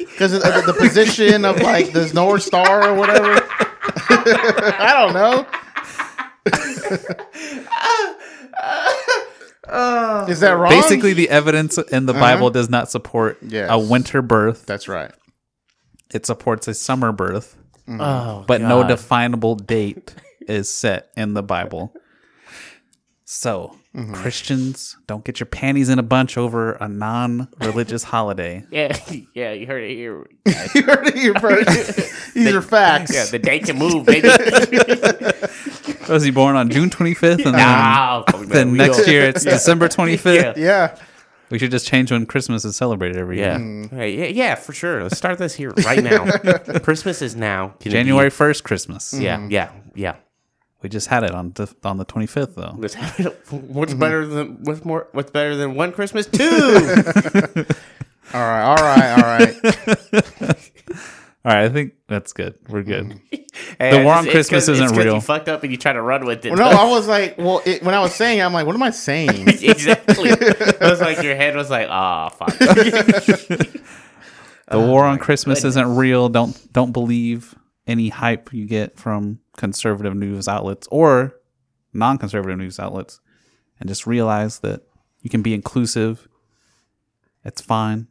S4: because of the, the position of like the North Star or whatever. I don't know. Is that wrong?
S1: basically the evidence in the Bible does not support
S4: Uh-huh. Yes.
S1: a winter birth.
S4: that's right.
S1: It supports a summer birth,
S3: Oh,
S1: but no
S3: God.
S1: definable date is set in the Bible. So, Christians, don't get your panties in a bunch over a non-religious holiday.
S3: yeah, yeah, you heard it here.
S4: you heard it here first. These are facts.
S3: Yeah, the day can move, baby.
S1: Was he born on June 25th and then
S4: Um,
S3: nah, fuck that.
S1: then
S3: We
S1: next
S3: don't-
S1: year it's December 25th?
S3: Yeah.
S4: yeah.
S1: We should just change when Christmas is celebrated every year.
S3: Yeah.
S4: Mm-hmm.
S3: All right, yeah, yeah, for sure. Let's start this here right now. Christmas is now. Can it be-
S1: January first, Christmas.
S3: Yeah,
S4: Mm-hmm.
S3: yeah, yeah.
S1: We just had it on the on the twenty fifth though.
S3: Let's have it. What's
S4: Mm-hmm.
S3: better than what's more? What's better than one Christmas? Two.
S4: All right, all right, all right.
S1: All right, I think that's good. We're good.
S3: Hey,
S1: The war
S3: it's-
S1: on
S3: it's
S1: Christmas
S3: 'cause- it's
S1: isn't
S3: 'cause
S1: real.
S3: You fucked up and you try to run with it.
S4: Well, no, I was like, well, it, when I was saying, it, I'm like, what am I saying?
S3: exactly. It was like your head was like, ah, fuck.
S1: The war on Christmas isn't real. Don't don't believe any hype you get from conservative news outlets or non-conservative news outlets, and just realize that you can be inclusive. It's fine.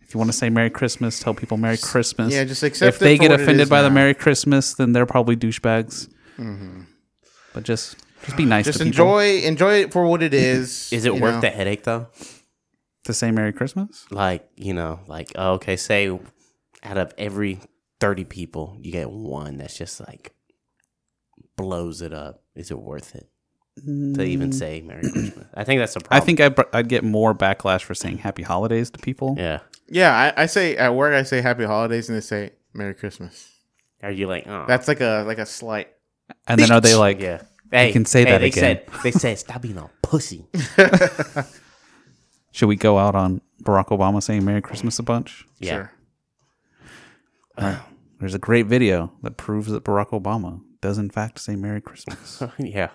S1: If you want to say Merry Christmas, tell people Merry Christmas.
S4: Yeah, just accept
S1: if
S4: it
S1: they
S4: for
S1: get
S4: what it is
S1: offended by the
S4: now. Mm-hmm.
S1: Merry Christmas, then they're probably douchebags. But just just be nice.
S4: Just
S1: to people.
S4: enjoy, enjoy it for what it is.
S3: Is it
S4: you
S3: worth
S4: know?
S3: the headache though?
S1: to say Merry Christmas.
S3: Like you know, like oh, okay, say out of every thirty people, you get one that's just like blows it up. Is it worth it to even say Merry Christmas? I think that's a
S1: Mm. I
S4: Oh.
S3: problem.
S1: think I'd, I'd get more backlash for saying Happy Holidays to people.
S3: Yeah.
S4: Yeah, I, I say at work, I say Happy Holidays, and they say Merry Christmas.
S3: Are you like oh
S4: That's like a like a slight.
S1: And then are they like,
S3: yeah? Hey,
S1: can say
S3: hey,
S1: that
S3: they
S1: again.
S3: Said, they said stop being a pussy.
S1: should we go out on Barack Obama saying Merry Christmas a bunch?
S3: Yeah.
S4: Sure.
S1: There's a great video that proves that Barack Obama does in fact say Merry Christmas.
S3: yeah.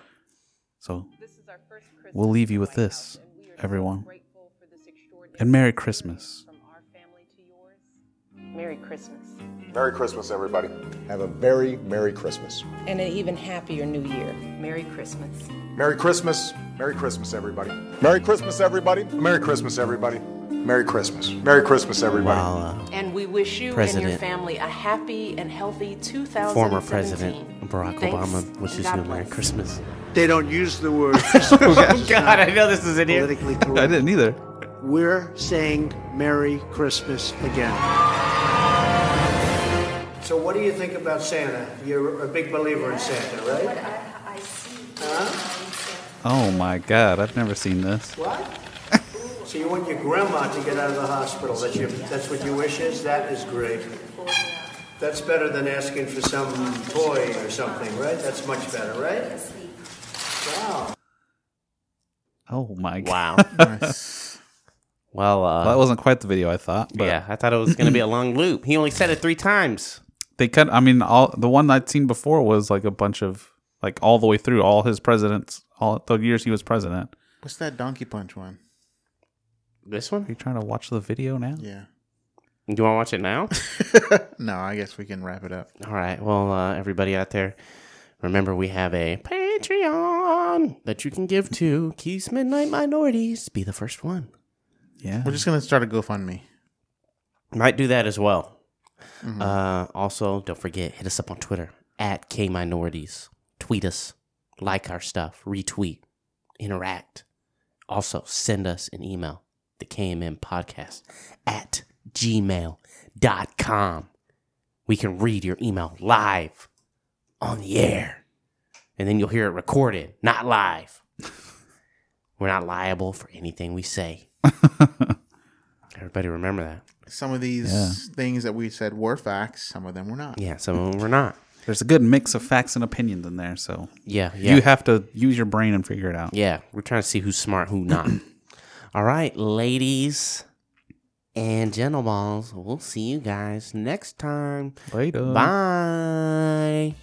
S1: so
S7: This is our first Christmas
S1: we'll leave you
S7: in the
S1: with
S7: White House,
S1: this,
S7: and we are so
S1: everyone.
S7: grateful for this extraordinary
S1: And Merry
S7: opportunity
S1: Christmas.
S7: From our family to yours. Merry Christmas.
S8: Merry Christmas, everybody. Have a very Merry Christmas.
S9: and an even happier new year.
S7: Merry Christmas.
S8: Merry Christmas. Merry Christmas, everybody. Merry Christmas, everybody. Merry Christmas, everybody. Merry Christmas. Merry Christmas, everybody.
S7: And we wish you and your
S3: President.
S7: family a happy and healthy 2017.
S3: Former President Barack
S7: Thanks,
S3: Obama wishes
S7: and
S3: you a
S7: God
S3: Merry
S7: bless.
S3: Christmas.
S10: They don't use the word
S3: Oh God, I know this is in here.
S10: politically
S1: I
S10: correct.
S1: didn't either.
S10: We're saying Merry Christmas again. So, what do you think about Santa? You're a big believer in Santa, right?
S1: Oh my God, I've never seen this.
S10: What? So you want your grandma to get out of the hospital? That's your, that's what your wish is. That is great. That's better than asking for some toy or something, right? That's much better, right? Wow.
S1: Oh my God.
S3: Wow.
S4: Nice.
S3: Well, uh,
S1: Well, that wasn't quite the video I thought. But
S3: yeah, I thought it was gonna be a long loop. He only said it three times.
S1: they cut i mean all the one i'd seen before was like a bunch of like all the way through all his presidents all the years he was president are
S4: What's that Donkey Punch one?
S3: This one?
S1: you trying to watch the video now
S4: Yeah.
S3: Do you want to watch it now?
S4: No, I guess we can wrap it up.
S3: All right. Well, uh, everybody out there, remember we have a Patreon that you can give to Keys Midnight Minorities. Be the first one.
S1: yeah
S4: We're just gonna start a GoFundMe.
S3: Might do that as well. Uh, also, don't forget, hit us up on Twitter at K Minorities. Tweet us, like our stuff, retweet, interact. Also, send us an email, the KMM podcast at gmail.com. We can read your email live on the air, and then you'll hear it recorded, not live. We're not liable for anything we say. Everybody remember that.
S4: Some of these things that we said were facts. Some of them were not.
S3: Yeah, some of them were not.
S1: there's a good mix of facts and opinions in there so
S3: Yeah, yeah.
S1: you have to use your brain and figure it out
S3: yeah, we're trying to see who's smart, who not. All right, ladies and gentlemen, we'll see you guys next time.
S1: later
S3: Bye.